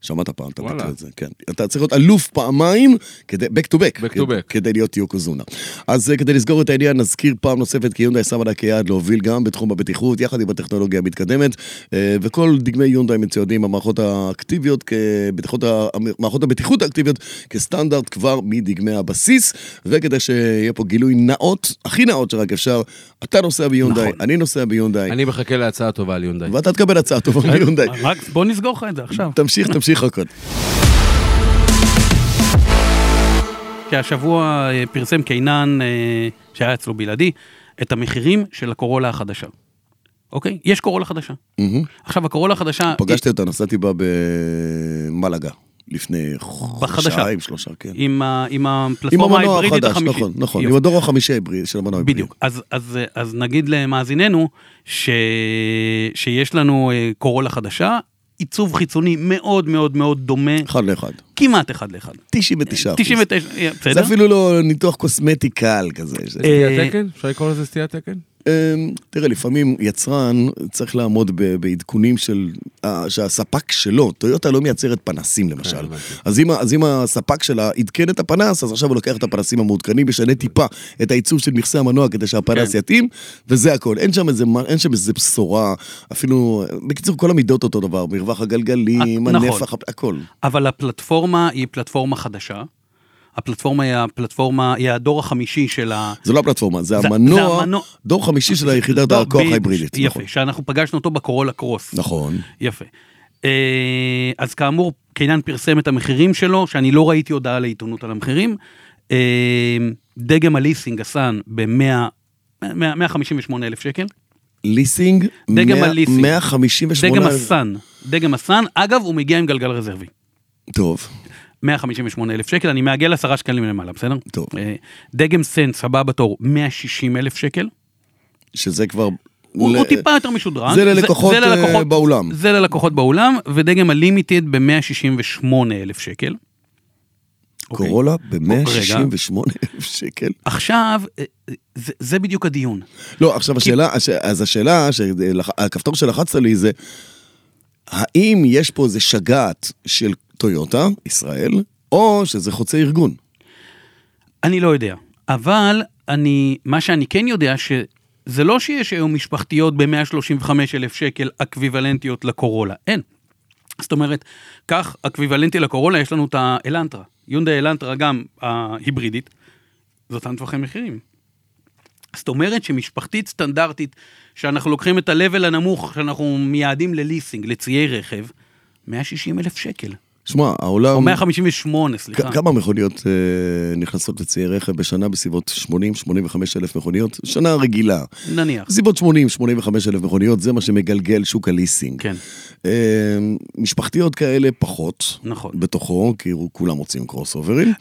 Speaker 1: שמעת פעם, אתה
Speaker 3: וואלה.
Speaker 1: מכיר את זה, כן. אתה צריך להיות אלוף פעמיים, כדי, back to back,
Speaker 3: Back to back.
Speaker 1: כדי להיות יוקוזונה. אז אה, כדי לסגור את העניין, נזכיר פעם נוספת כי יונדאי שמה לה כיעד להוביל גם בתחום הבטיחות, יחד עם הטכנולוגיה המתקדמת, אה, וכל דגמי יונדאי מצוידים במערכות האקטיביות, כבטיחות ה- מערכות הבטיחות האקטיביות, כסטנדרט כבר מדגמי הבסיס, וכדי שיהיה פה גילוי נאות, הכי נאות שרק אפשר, אתה נוסע ביונדאי,
Speaker 2: נכון.
Speaker 1: אני נוסע ביונדאי,
Speaker 3: אני מחכה להצעה טובה על יונדאי.
Speaker 1: ואתה תקבל הצעה טובה מיונדאי.
Speaker 2: רק בוא נסגור לך את זה עכשיו.
Speaker 1: תמשיך, תמשיך הכל.
Speaker 2: כי השבוע אה, פרסם קינן, אה, שהיה אצלו בלעדי, את המחירים של הקורולה החדשה. אוקיי? יש קורולה חדשה. עכשיו, הקורולה החדשה...
Speaker 1: פגשתי אותה, נסעתי בה במלאגה, לפני
Speaker 2: בחדשה.
Speaker 1: חודשיים, שלושה, כן.
Speaker 2: עם, ה, עם
Speaker 1: עם
Speaker 2: הפלטפורמה
Speaker 1: המנוע
Speaker 2: ההיברידית
Speaker 1: החדש,
Speaker 2: החמישית.
Speaker 1: נכון, נכון,
Speaker 2: יופי.
Speaker 1: עם הדור החמישי ההיבריד- של המנוע ההיברידי.
Speaker 2: בדיוק. אז, אז, אז נגיד למאזיננו ש... שיש לנו אה, קורולה חדשה עיצוב חיצוני מאוד מאוד מאוד דומה,
Speaker 1: אחד לאחד.
Speaker 2: כמעט אחד לאחד.
Speaker 1: 99 אחוז.
Speaker 2: 99,
Speaker 1: זה
Speaker 2: בסדר?
Speaker 1: אפילו לא ניתוח קוסמטי קל כזה. זה-
Speaker 2: אה,
Speaker 3: סטיית תקן? אפשר לקרוא לזה סטיית תקן?
Speaker 1: אמ, תראה, לפעמים יצרן צריך לעמוד ב- בעדכונים של... אה, שהספק שלו, טויוטה לא מייצרת פנסים
Speaker 2: כן,
Speaker 1: למשל.
Speaker 3: הבנתי.
Speaker 1: אז אם, ה- אז אם הספק שלה עדכן את הפנס, אז עכשיו הוא לוקח את הפנסים המעודכנים, משנה טיפה את הייצור של מכסה המנוע כדי שהפנס
Speaker 2: כן.
Speaker 1: יתאים, וזה הכל. אין שם איזה, מה- אין שם איזה בשורה, אפילו... בקיצור, כל המידות אותו דבר, מרווח הגלגלים,
Speaker 2: אה, נכון.
Speaker 1: הנפח, הכל.
Speaker 2: אבל הפלטפורמה היא פלטפורמה חדשה. הפלטפורמה היא הפלטפורמה, היא הדור החמישי של ה...
Speaker 1: זה לא הפלטפורמה, זה
Speaker 2: זה-
Speaker 1: המנוע,
Speaker 2: זה המנוע-
Speaker 1: דור חמישי של היחידת
Speaker 2: דור-
Speaker 1: הכוח
Speaker 2: לא, בדיוק,
Speaker 1: ההיברידית.
Speaker 2: יפה,
Speaker 1: נכון.
Speaker 2: שאנחנו פגשנו אותו בקורולה קרוס.
Speaker 1: נכון.
Speaker 2: יפה. אה, אז כאמור, קינן פרסם את המחירים שלו, שאני לא ראיתי הודעה לעיתונות על המחירים. אה, דגם הליסינג עשן ב-158 אלף שקל.
Speaker 1: ליסינג,
Speaker 2: דגם
Speaker 1: מאה-
Speaker 2: הליסינג.
Speaker 1: 158...
Speaker 2: דגם הסן, דגם הסן, אגב, הוא מגיע עם גלגל רזרבי.
Speaker 1: טוב,
Speaker 2: 158 אלף שקל, אני מעגל 10 שקלים למעלה, בסדר?
Speaker 1: טוב.
Speaker 2: אה, דגם סנס, הבא בתור, 160 אלף שקל.
Speaker 1: שזה כבר...
Speaker 2: הוא,
Speaker 1: ל-
Speaker 2: הוא טיפה יותר משודרג.
Speaker 1: זה ללקוחות, אה, באולם.
Speaker 2: זה ללקוחות באולם, ודגם הלימיטד ב-168 אלף שקל. אוקיי.
Speaker 1: קורולה ב-168
Speaker 2: רגע.
Speaker 1: אלף שקל.
Speaker 2: עכשיו, אה, אה, זה, זה בדיוק הדיון.
Speaker 1: לא, עכשיו השאלה, הש- אז השאלה, שלח- הכפתור שלחצת לי זה, האם יש פה איזה שגעת של טויוטה, ישראל, או שזה חוצה ארגון?
Speaker 2: אני לא יודע, אבל אני, מה שאני כן יודע, שזה לא שיש היום משפחתיות ב-135 אלף שקל אקוויוולנטיות לקורולה, אין. זאת אומרת, כך אקוויוולנטי לקורולה, יש לנו את האלנטרה. יונדה אלנטרה גם ההיברידית, זה אותם טווחי מחירים. זאת אומרת שמשפחתית סטנדרטית, שאנחנו לוקחים את ה-level הנמוך, שאנחנו מייעדים לליסינג, לציי רכב, 160 אלף שקל,
Speaker 1: שמע,
Speaker 2: או
Speaker 1: העולם...
Speaker 2: 158, סליחה.
Speaker 1: כ- כמה מכוניות אה, נכנסות לציי רכב בשנה? בסביבות 80-85 אלף מכוניות? שנה רגילה.
Speaker 2: נניח.
Speaker 1: בסביבות 80-85 אלף מכוניות, זה מה שמגלגל שוק הליסינג.
Speaker 2: כן.
Speaker 1: אה, משפחתיות כאלה פחות.
Speaker 2: נכון.
Speaker 1: בתוכו, כי הוא- כולם רוצים קרוס אוברים.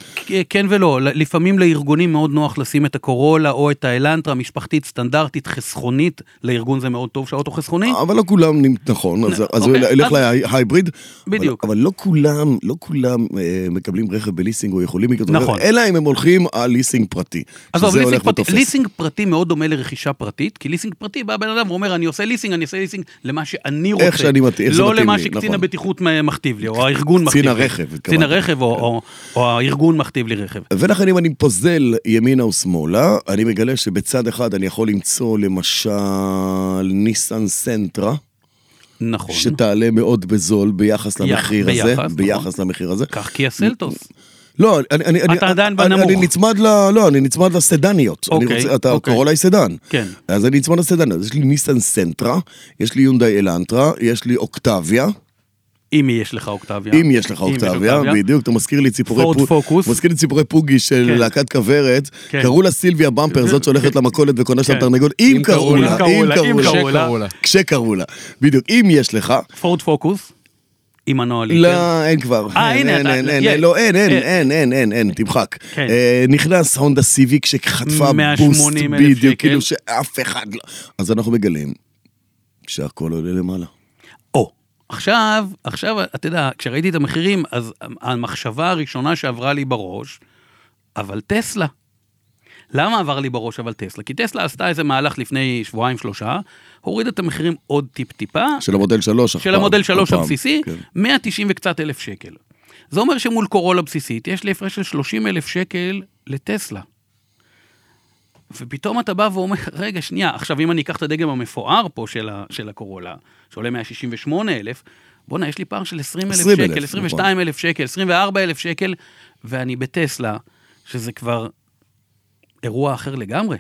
Speaker 2: כן ולא, ל- לפעמים לארגונים מאוד נוח לשים את הקורולה או את האלנטרה משפחתית סטנדרטית חסכונית, לארגון זה מאוד טוב שהאוטו חסכוני,
Speaker 1: אבל לא כולם, נמ- נכון, אז- אז הוא
Speaker 2: אוקיי,
Speaker 1: ילך
Speaker 2: אז-
Speaker 1: להייבריד. אבל-
Speaker 2: בדיוק.
Speaker 1: אבל לא כולם, לא כולם אה, מקבלים רכב בליסינג או יכולים לקנות
Speaker 2: נכון.
Speaker 1: רכב, אלא אם הם הולכים על ליסינג פרטי.
Speaker 2: עזוב,
Speaker 1: שזה
Speaker 2: לא, ליסינג
Speaker 1: הולך
Speaker 2: פרטי,
Speaker 1: ותופס.
Speaker 2: ליסינג פרטי מאוד דומה לרכישה פרטית, כי ליסינג פרטי בא בן אדם ואומר, אני עושה ליסינג, אני עושה ליסינג למה שאני רוצה.
Speaker 1: שאני מתאים, איך זה
Speaker 2: לא
Speaker 1: מתאים
Speaker 2: למה
Speaker 1: לי,
Speaker 2: שקצין
Speaker 1: נכון.
Speaker 2: הבטיחות מ- מכתיב לי, או הארגון מכתיב
Speaker 1: קצין
Speaker 2: לי.
Speaker 1: הרכב,
Speaker 2: קצין
Speaker 1: התכוונת.
Speaker 2: הרכב, או- או- או הארגון מכתיב לי רכב.
Speaker 1: ולכן אם אני פוזל ימינה ושמאלה, אני מגלה שבצד אחד אני יכול למצוא למשל ניסן סנטרה,
Speaker 2: נכון.
Speaker 1: שתעלה מאוד בזול ביחס
Speaker 2: יח-
Speaker 1: למחיר הזה,
Speaker 2: ביחס,
Speaker 1: ביחס
Speaker 2: נכון.
Speaker 1: למחיר הזה.
Speaker 2: כך כי הסלטוס.
Speaker 1: לא, אני, אני, אני,
Speaker 2: אתה עדיין
Speaker 1: אני,
Speaker 2: בנמוך.
Speaker 1: אני נצמד ל... לא, אני נצמד לסדניות.
Speaker 2: אוקיי,
Speaker 1: אני רוצה, אתה
Speaker 2: אוקיי.
Speaker 1: קורא לי סדן.
Speaker 2: כן.
Speaker 1: אז אני נצמד לסדניות. יש לי ניסן סנטרה, יש לי יונדאי אלנטרה, יש לי אוקטביה,
Speaker 2: אם יש לך אוקטביה.
Speaker 1: אם יש לך אוקטביה, בדיוק, אתה מזכיר לי ציפורי
Speaker 2: פורד
Speaker 1: פוג-
Speaker 2: פוקוס.
Speaker 1: מזכיר לי ציפורי פוגי של
Speaker 2: כן.
Speaker 1: להקת כוורת,
Speaker 2: כן.
Speaker 1: קראו לה סילביה במפר, זאת שהולכת למכולת וקונה שם
Speaker 2: כן.
Speaker 1: תרנגול, אם קראו לה, אם קראו לה,
Speaker 3: שקראו לה.
Speaker 1: כשקראו לה, בדיוק, אם יש לך,
Speaker 2: פורד פוקוס, עם כן? מנוע ליטר.
Speaker 1: לא, אין כבר.
Speaker 2: אה, הנה,
Speaker 1: אין,
Speaker 2: אתה-
Speaker 1: אין, אין,
Speaker 2: יש.
Speaker 1: אין, לא, אין, אין,
Speaker 2: אין.
Speaker 1: אין, אין, אין, אין, תמחק.
Speaker 2: כן.
Speaker 1: אה, נכנס הונדה סיביק שחטפה
Speaker 2: 180,000
Speaker 1: בוסט
Speaker 2: שקל.
Speaker 1: בדיוק, כאילו שאף אחד לא... אז אנחנו מגלים שהכל עולה למעלה.
Speaker 2: או. עכשיו, עכשיו, אתה יודע, כשראיתי את המחירים, אז המחשבה הראשונה שעברה לי בראש, אבל טסלה. למה עבר לי בראש אבל טסלה? כי טסלה עשתה איזה מהלך לפני שבועיים שלושה, הורידה את המחירים עוד טיפ-טיפה,
Speaker 1: של המודל 3
Speaker 2: של המודל 3 הבסיסי,
Speaker 1: כן.
Speaker 2: 190 וקצת אלף שקל. זה אומר שמול קורולה בסיסית יש לי הפרש של 30 אלף שקל לטסלה. ופתאום אתה בא ואומר, רגע, שנייה, עכשיו אם אני אקח את הדגם המפואר פה של, ה, של הקורולה, שעולה 168 אלף, בואנה, יש לי פער של 20 אלף
Speaker 1: 20,000,
Speaker 2: שקל,
Speaker 1: נכון.
Speaker 2: 22 אלף שקל, 24 אלף שקל, ואני בטסלה, שזה כבר אירוע אחר לגמרי.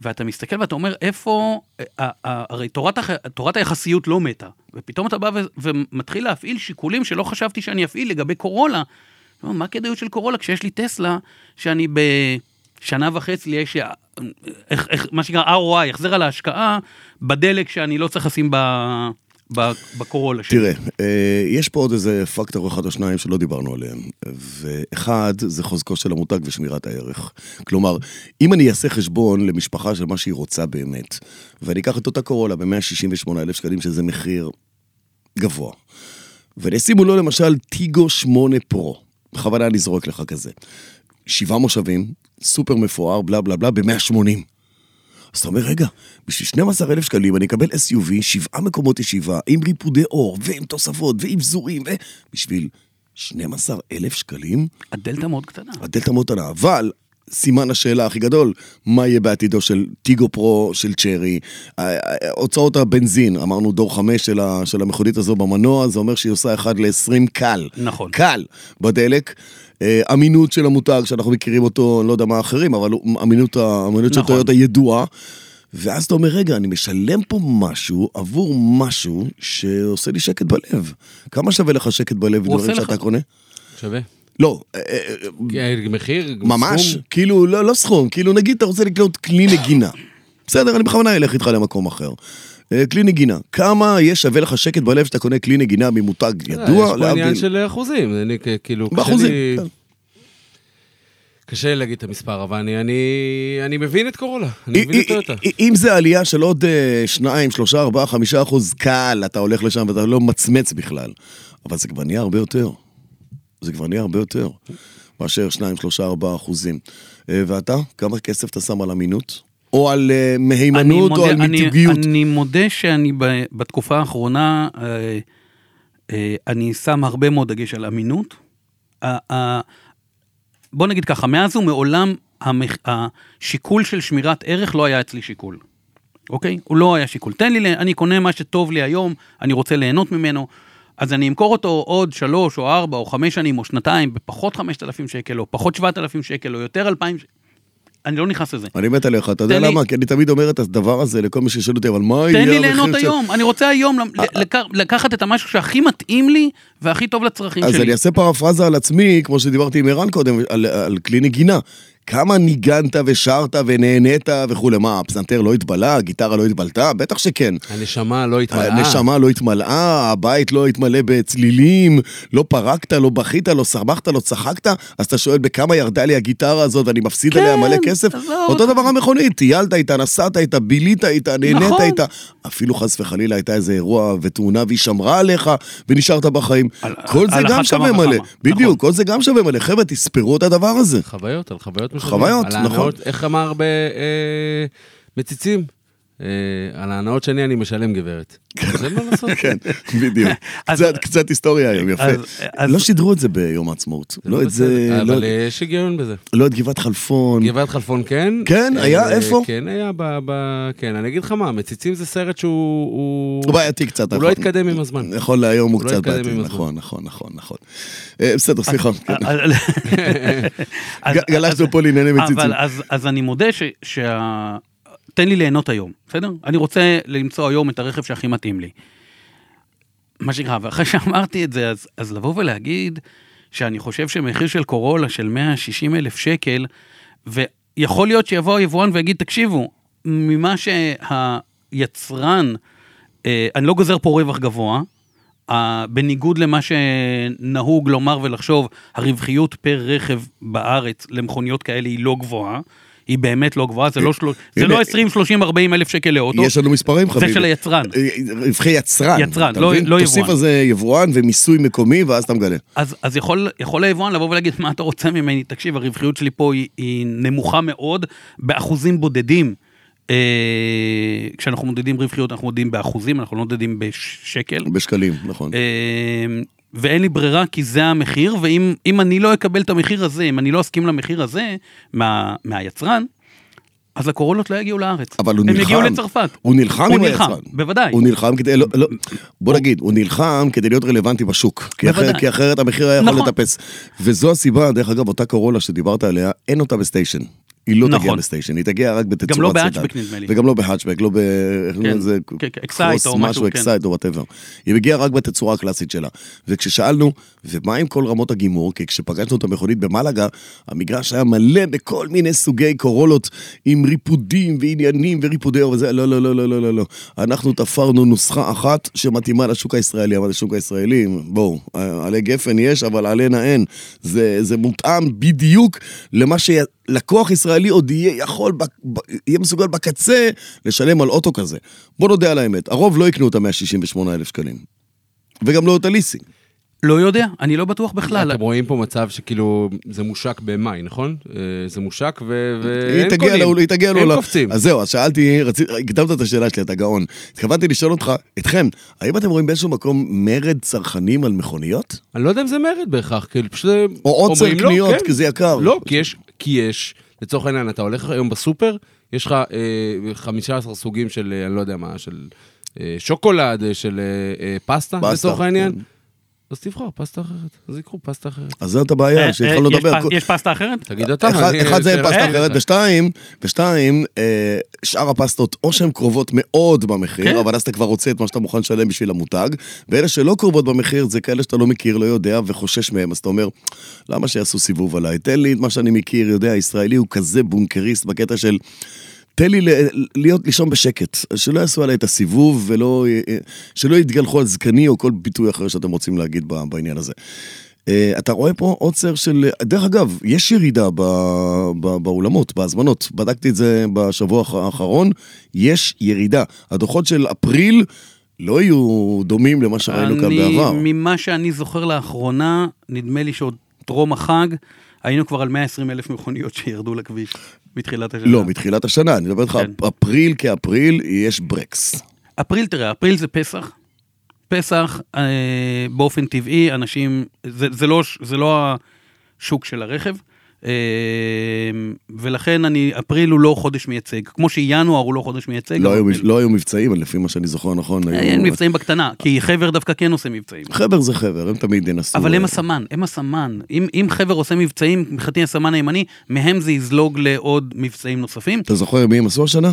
Speaker 2: ואתה מסתכל ואתה אומר, איפה... ה- ה- הרי תורת, הח... תורת היחסיות לא מתה, ופתאום אתה בא ו... ומתחיל להפעיל שיקולים שלא חשבתי שאני אפעיל לגבי קורולה. אתה אומר, מה הכדאיות של קורולה כשיש לי טסלה, שאני בשנה וחצי יש, לי, אה, איך, איך, מה שנקרא ROI, החזר על ההשקעה, בדלק שאני לא צריך לשים ב... ב... בקורולה שלי.
Speaker 1: תראה, אה, יש פה עוד איזה פקטור אחד או שניים שלא דיברנו עליהם. ואחד, זה חוזקו של המותג ושמירת הערך. כלומר, אם אני אעשה חשבון למשפחה של מה שהיא רוצה באמת, ואני אקח את אותה קורולה ב-168,000 שקלים, שזה מחיר גבוה. ושימו לו למשל טיגו 8 פרו, בכוונה אני זורק לך כזה. שבעה מושבים, סופר מפואר, בלה בלה בלה, ב-180. אז אתה אומר, רגע, בשביל 12,000 שקלים אני אקבל SUV, שבעה מקומות ישיבה, עם ריפודי אור, ועם תוספות, ועם זורים, ו... בשביל 12,000 שקלים?
Speaker 2: הדלתא מאוד קטנה.
Speaker 1: הדלתא מאוד קטנה, אבל סימן השאלה הכי גדול, מה יהיה בעתידו של טיגו פרו של צ'רי, אה, אה, הוצאות הבנזין, אמרנו דור חמש של, ה, של המכונית הזו במנוע, זה אומר שהיא עושה 1 ל-20 קל.
Speaker 2: נכון.
Speaker 1: קל בדלק. אה, אמינות של המותג שאנחנו מכירים אותו, אני לא יודע מה אחרים, אבל הוא- אמינות, ה- אמינות של
Speaker 2: נכון.
Speaker 1: טויוטה ידועה. ואז אתה אומר, רגע, אני משלם פה משהו עבור משהו שעושה לי שקט בלב. כמה שווה לך שקט בלב
Speaker 2: הוא
Speaker 1: בדברים
Speaker 2: עושה לך-
Speaker 1: שאתה קונה?
Speaker 3: שווה.
Speaker 1: לא, אה, אה,
Speaker 3: כן, מחיר,
Speaker 1: ממש,
Speaker 3: סכום. אה,
Speaker 1: כאילו, לא, לא סכום, כאילו נגיד אתה רוצה לקנות כלי נגינה. בסדר, אני בכוונה אלך איתך למקום אחר. אה, כלי נגינה, כמה יהיה שווה לך שקט בלב שאתה קונה כלי נגינה ממותג ידוע,
Speaker 3: אה, יש פה עניין של אחוזים, אני כ- כאילו, קשה
Speaker 1: באחוזים,
Speaker 3: לי-
Speaker 1: כן.
Speaker 3: קשה לי להגיד את המספר, אבל אני- אני- אני מבין את קורולה, אני
Speaker 1: אי-
Speaker 3: מבין
Speaker 1: אי-
Speaker 3: את טויוטה.
Speaker 1: אי- אם זה עלייה של עוד אה, שניים, שלושה, ארבעה, חמישה אחוז קל, אתה הולך לשם ואתה לא מצמץ בכלל. אבל זה כבר נהיה הרבה יותר. זה כבר נהיה הרבה יותר מאשר שניים, שלושה, ארבעה אחוזים. אה, ואתה, כמה כסף אתה שם על אמינות? או על אה, מהימנות, או על
Speaker 2: אני,
Speaker 1: מיתוגיות?
Speaker 2: אני מודה שאני ב, בתקופה האחרונה, אה, אה, אני שם הרבה מאוד דגש על אמינות. אה, אה, בוא נגיד ככה, מאז ומעולם המח, השיקול של שמירת ערך לא היה אצלי שיקול. אוקיי? הוא לא היה שיקול. תן לי, ל- אני קונה מה שטוב לי היום, אני רוצה ליהנות ממנו, אז אני אמכור אותו עוד שלוש או ארבע או חמש שנים או שנתיים בפחות 5,000 שקל או פחות 7,000 שקל או יותר 2,000 שקל. אני לא נכנס לזה.
Speaker 1: אני מת עליך, אתה יודע
Speaker 2: תן לי-
Speaker 1: למה? כי אני תמיד אומר את הדבר הזה לכל מי ששואל אותי, אבל מה יהיה
Speaker 2: תן
Speaker 1: המחיר אה,
Speaker 2: לי
Speaker 1: של...
Speaker 2: ליהנות היום, אני רוצה היום למ- לקח- לקחת את המשהו שהכי מתאים לי והכי טוב לצרכים
Speaker 1: אז אני
Speaker 2: שלי.
Speaker 1: אעשה פרפרזה על עצמי, כמו שדיברתי עם ערן קודם, על, על כלי נגינה. כמה ניגנת ושרת ונהנית וכולי. מה, הפסנתר לא התבלה? הגיטרה לא התבלתה? בטח שכן.
Speaker 3: הנשמה לא התמלאה.
Speaker 1: הנשמה לא התמלאה, הבית לא התמלא בצלילים, לא פרקת, לא בכית, לא שמחת, לא צחקת, אז אתה שואל בכמה ירדה לי הגיטרה הזאת ואני מפסיד עליה
Speaker 3: כן,
Speaker 1: מלא כסף?
Speaker 2: עזוב
Speaker 3: לא-
Speaker 1: אותו דבר המכונית, טיילת איתה, נסעת איתה, בילית איתה, נהנית
Speaker 2: נכון.
Speaker 1: איתה, אפילו חס וחלילה הייתה איזה אירוע ותאונה והיא שמרה עליך ונשארת בחיים.
Speaker 2: על-
Speaker 1: כל זה
Speaker 2: על
Speaker 1: גם
Speaker 2: אחת
Speaker 1: שווה
Speaker 2: כמה
Speaker 1: מלא,
Speaker 2: וכמה, נכון.
Speaker 1: בדיוק, כל זה גם שווה מלא. חבר'ה, תספרו את הדבר הזה.
Speaker 3: חוויות, על חוויות משלמים.
Speaker 1: חוויות,
Speaker 3: על
Speaker 1: נכון.
Speaker 3: ההנאות, איך אמר במציצים? אה, על ההנאות שלי אני משלם, גברת. זה מה לעשות.
Speaker 1: כן, בדיוק.
Speaker 2: אז-
Speaker 1: קצת- קצת היסטוריה היום, יפה.
Speaker 2: אז- אז-
Speaker 1: לא שידרו את זה ביום העצמאות. לא את זה,
Speaker 3: בסדר,
Speaker 1: לא-
Speaker 3: אבל אה, יש היגיון בזה.
Speaker 1: לא את גבעת חלפון.
Speaker 3: גבעת חלפון כן.
Speaker 1: כן,
Speaker 3: אה,
Speaker 1: היה, איפה?
Speaker 3: כן, היה ב... ב- כן, אני אגיד לך מה, מציצים זה סרט שהוא...
Speaker 1: הוא בעייתי קצת.
Speaker 3: הוא
Speaker 1: נכון.
Speaker 3: לא התקדם עם הזמן.
Speaker 1: נכון להיום הוא
Speaker 3: הוא לא
Speaker 1: קצת
Speaker 3: התקדם
Speaker 1: בעייתי,
Speaker 3: עם הזמן.
Speaker 1: נכון, נכון, נכון, נכון. אה, בסדר, סליחה. כן.
Speaker 2: אז-
Speaker 1: ג- גלשנו פה לענייני מציצים.
Speaker 2: אה, אבל אז, אז אני מודה ש... שה... תן לי ליהנות היום, בסדר? אני רוצה למצוא היום את הרכב שהכי מתאים לי. מה שנקרא, ואחרי שאמרתי את זה, אז, אז לבוא ולהגיד שאני חושב שמחיר של קורולה של 160 אלף שקל, ויכול להיות שיבוא היבואן ויגיד, תקשיבו, ממה שהיצרן, אה, אני לא גוזר פה רווח גבוה, אה, בניגוד למה שנהוג לומר ולחשוב, הרווחיות פר רכב בארץ למכוניות כאלה היא לא גבוהה. היא באמת לא גבוהה, זה לא, של... זה
Speaker 1: הנה,
Speaker 2: לא 20, 30, 40 אלף שקל לאוטו,
Speaker 1: יש לנו מספרים
Speaker 2: זה
Speaker 1: חביבי.
Speaker 2: של היצרן.
Speaker 1: אה, רווחי יצרן.
Speaker 2: יצרן,
Speaker 1: אתה
Speaker 2: לא-
Speaker 1: מבין?
Speaker 2: לא
Speaker 1: תוסיף
Speaker 2: יבואן.
Speaker 1: על זה יבואן ומיסוי מקומי, ואז אתה מגלה.
Speaker 2: אז, אז יכול, יכול היבואן לבוא ולהגיד, מה אתה רוצה ממני? תקשיב, הרווחיות שלי פה היא, היא נמוכה מאוד, באחוזים בודדים. אה, כשאנחנו מודדים רווחיות, אנחנו מודדים באחוזים, אנחנו לא מודדים בשקל.
Speaker 1: בשקלים, נכון.
Speaker 2: אה, ואין לי ברירה כי זה המחיר, ואם אם אני לא אקבל את המחיר הזה, אם אני לא אסכים למחיר הזה מה, מהיצרן, אז הקורולות לא יגיעו לארץ.
Speaker 1: אבל הוא
Speaker 2: הם
Speaker 1: נלחם.
Speaker 2: יגיעו לצרפת.
Speaker 1: הוא נלחם
Speaker 2: הוא
Speaker 1: עם
Speaker 2: נלחם,
Speaker 1: היצרן.
Speaker 2: בוודאי.
Speaker 1: הוא נלחם כדי, לא, לא, בוא נגיד, הוא נלחם כדי להיות רלוונטי בשוק. כי, אחר,
Speaker 2: בוודאי.
Speaker 1: כי אחרת המחיר היה יכול
Speaker 2: נכון.
Speaker 1: לטפס. וזו הסיבה, דרך אגב, אותה קורולה שדיברת עליה, אין אותה בסטיישן. היא לא תגיע
Speaker 2: נכון.
Speaker 1: בסטיישן, היא תגיע רק בתצורת
Speaker 2: לא
Speaker 1: סדן.
Speaker 2: בהאצ'בק, נדמה לי.
Speaker 1: וגם לא בהאצ'בק, לא ב...
Speaker 2: כן,
Speaker 1: זה
Speaker 2: כן, כן, אקסייט
Speaker 1: קרוס
Speaker 2: או משהו, כן.
Speaker 1: אקסייט או וואטאבר. היא מגיעה רק בתצורה הקלאסית שלה. וכששאלנו, ומה עם כל רמות הגימור? כי כשפגשנו את המכונית במלאגה, המגרש היה מלא בכל מיני סוגי קורולות עם ריפודים ועניינים וריפודי אור וזה, לא, לא, לא, לא, לא, לא, לא. אנחנו תפרנו נוסחה אחת שמתאימה לשוק הישראלי. אבל לשוק הישראלי, בואו, אה, עלי גפן יש, אבל עלינה אין. זה, זה מותאם בדיוק למה שלקוח ישראלי עוד יהיה יכול, ב- ב- יהיה מסוגל בקצה לשלם על אוטו כזה. בוא נודה על האמת, הרוב לא יקנו את ה-168 אלף שקלים. וגם לא את הליסינג.
Speaker 2: לא יודע, אני לא בטוח בכלל.
Speaker 3: אתם רואים פה מצב שכאילו זה מושק במאי, נכון? אה, זה מושק ו-
Speaker 1: היא
Speaker 3: ואין
Speaker 1: תגיע
Speaker 3: אה, קונים.
Speaker 1: לו, היא תגיע לו.
Speaker 3: אין
Speaker 1: ל-
Speaker 3: קופצים.
Speaker 1: אז זהו, אז שאלתי, רצי- הקדמת את השאלה שלי, אתה גאון. התכוונתי לשאול אותך, אתכם, האם אתם רואים באיזשהו מקום מרד צרכנים על מכוניות?
Speaker 3: אני לא יודע אם זה מרד בהכרח, כאילו פשוט... אה,
Speaker 1: או עוצר
Speaker 3: אומרים לא,
Speaker 1: קניות,
Speaker 3: כן.
Speaker 1: כי זה יקר.
Speaker 3: לא, כי יש, כי יש, לצורך העניין, אתה הולך היום בסופר, יש לך אה, 15 סוגים של, אה, אני לא יודע מה, של אה, שוקולד, אה, של אה, אה, פסטה,
Speaker 1: פסטה,
Speaker 3: לצורך העניין.
Speaker 1: כן.
Speaker 3: אז תבחר פסטה אחרת, אז יקחו פסטה אחרת.
Speaker 1: אז זאת
Speaker 2: אה, אה,
Speaker 1: הבעיה, שהתחלנו
Speaker 2: יש
Speaker 1: לדבר.
Speaker 2: פס- יש פסטה אחרת?
Speaker 3: תגיד אתה.
Speaker 1: אחד-
Speaker 3: אני-
Speaker 1: אחד זה
Speaker 3: אה,
Speaker 1: פסטה
Speaker 3: אה,
Speaker 1: אחרת, ושתיים, ושתיים, אה, שאר הפסטות, או שהן קרובות מאוד
Speaker 2: כן.
Speaker 1: במחיר, אבל אז אתה כבר רוצה את מה שאתה מוכן לשלם בשביל המותג, ואלה שלא קרובות במחיר זה כאלה שאתה לא מכיר, לא יודע, וחושש מהם, אז אתה אומר, למה שיעשו סיבוב עליי? תן לי את מה שאני מכיר, יודע, הישראלי הוא כזה בונקריסט בקטע של... תן לי ל- להיות, לישון בשקט, שלא יעשו עליי את הסיבוב ולא, אה, שלא יתגלחו על זקני או כל ביטוי אחר שאתם רוצים להגיד ב- בעניין הזה. אה, אתה רואה פה עוצר של, דרך אגב, יש ירידה ב, ב, באולמות, בהזמנות, בדקתי את זה בשבוע האח- האחרון, יש ירידה. הדוחות של אפריל לא יהיו דומים למה שראינו כאן בעבר.
Speaker 2: אני, ממה שאני זוכר לאחרונה, נדמה לי שעוד טרום החג, היינו כבר על 120 אלף מכוניות שירדו לכביש מתחילת השנה.
Speaker 1: לא, מתחילת השנה, אני מדבר איתך,
Speaker 2: כן.
Speaker 1: אפריל כאפריל יש ברקס.
Speaker 2: אפריל, תראה, אפריל זה פסח. פסח, אה, באופן טבעי, אנשים, זה, זה, לא, ש- זה לא השוק של הרכב, אה, ולכן אני, אפריל הוא לא חודש מייצג. כמו שינואר הוא לא חודש מייצג.
Speaker 1: לא
Speaker 2: אבל
Speaker 1: היו,
Speaker 2: אפריל-
Speaker 1: לא היו מבצעים, לפי מה שאני זוכר נכון.
Speaker 2: אה,
Speaker 1: היו-
Speaker 2: אין מבצעים בקטנה, כי חבר דווקא כן עושה מבצעים.
Speaker 1: חבר זה חבר, הם תמיד ינסו. אה,
Speaker 2: אבל הם הסמן, הם הסמן. אם, אם חבר עושה מבצעים, מבחינתי הסמן הימני, מהם זה יזלוג לעוד מבצעים נוספים.
Speaker 1: אתה זוכר מי הם עשו השנה?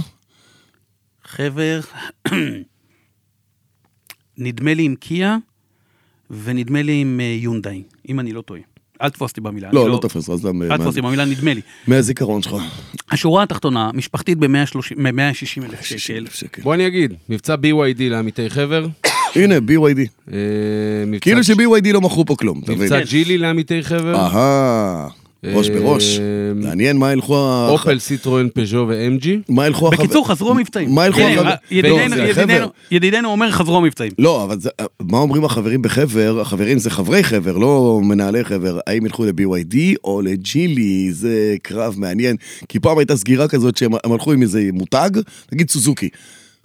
Speaker 2: חבר, נדמה לי עם קיה, ונדמה לי עם אה, יונדאי, אם אני לא טועה. אל תתפוס אותי במילה. אני
Speaker 1: לא, לא תופס, אז למה-
Speaker 2: אל תתפוס אותי במילה, נדמה לי.
Speaker 1: מהזיכרון שלך.
Speaker 2: השורה התחתונה, משפחתית ב-160 אלף שקל.
Speaker 1: 60,000 שקל.
Speaker 3: בוא אני אגיד, מבצע BYD לעמיתי חבר,
Speaker 1: הנה, BYD.
Speaker 3: אה, מבצע-
Speaker 1: כאילו אה, ש-BYD לא מכרו פה כלום, אתה מבין?
Speaker 3: מבצע ג'ילי לעמיתי חבר,
Speaker 1: אהה, ראש בראש.
Speaker 3: אה,
Speaker 1: מעניין מה ילכו ה...
Speaker 3: אופל, סיטרואן, פז'ו ו-MG.
Speaker 1: מה ילכו החבר...
Speaker 2: בקיצור, חזרו המבצעים.
Speaker 1: מה ילכו
Speaker 2: הנה, אה,
Speaker 1: החבר-
Speaker 2: ידידנו-
Speaker 1: לא, זה
Speaker 2: ידידנו-
Speaker 1: החבר.
Speaker 2: ידידנו אומר חזרו המבצעים.
Speaker 1: לא, אבל זה, מה אומרים החברים בחבר? החברים זה חברי חבר, לא מנהלי חבר. האם ילכו ל-BYD או לג'ילי? זה קרב מעניין. כי פעם הייתה סגירה כזאת שהם הם הלכו עם איזה מותג, נגיד סוזוקי.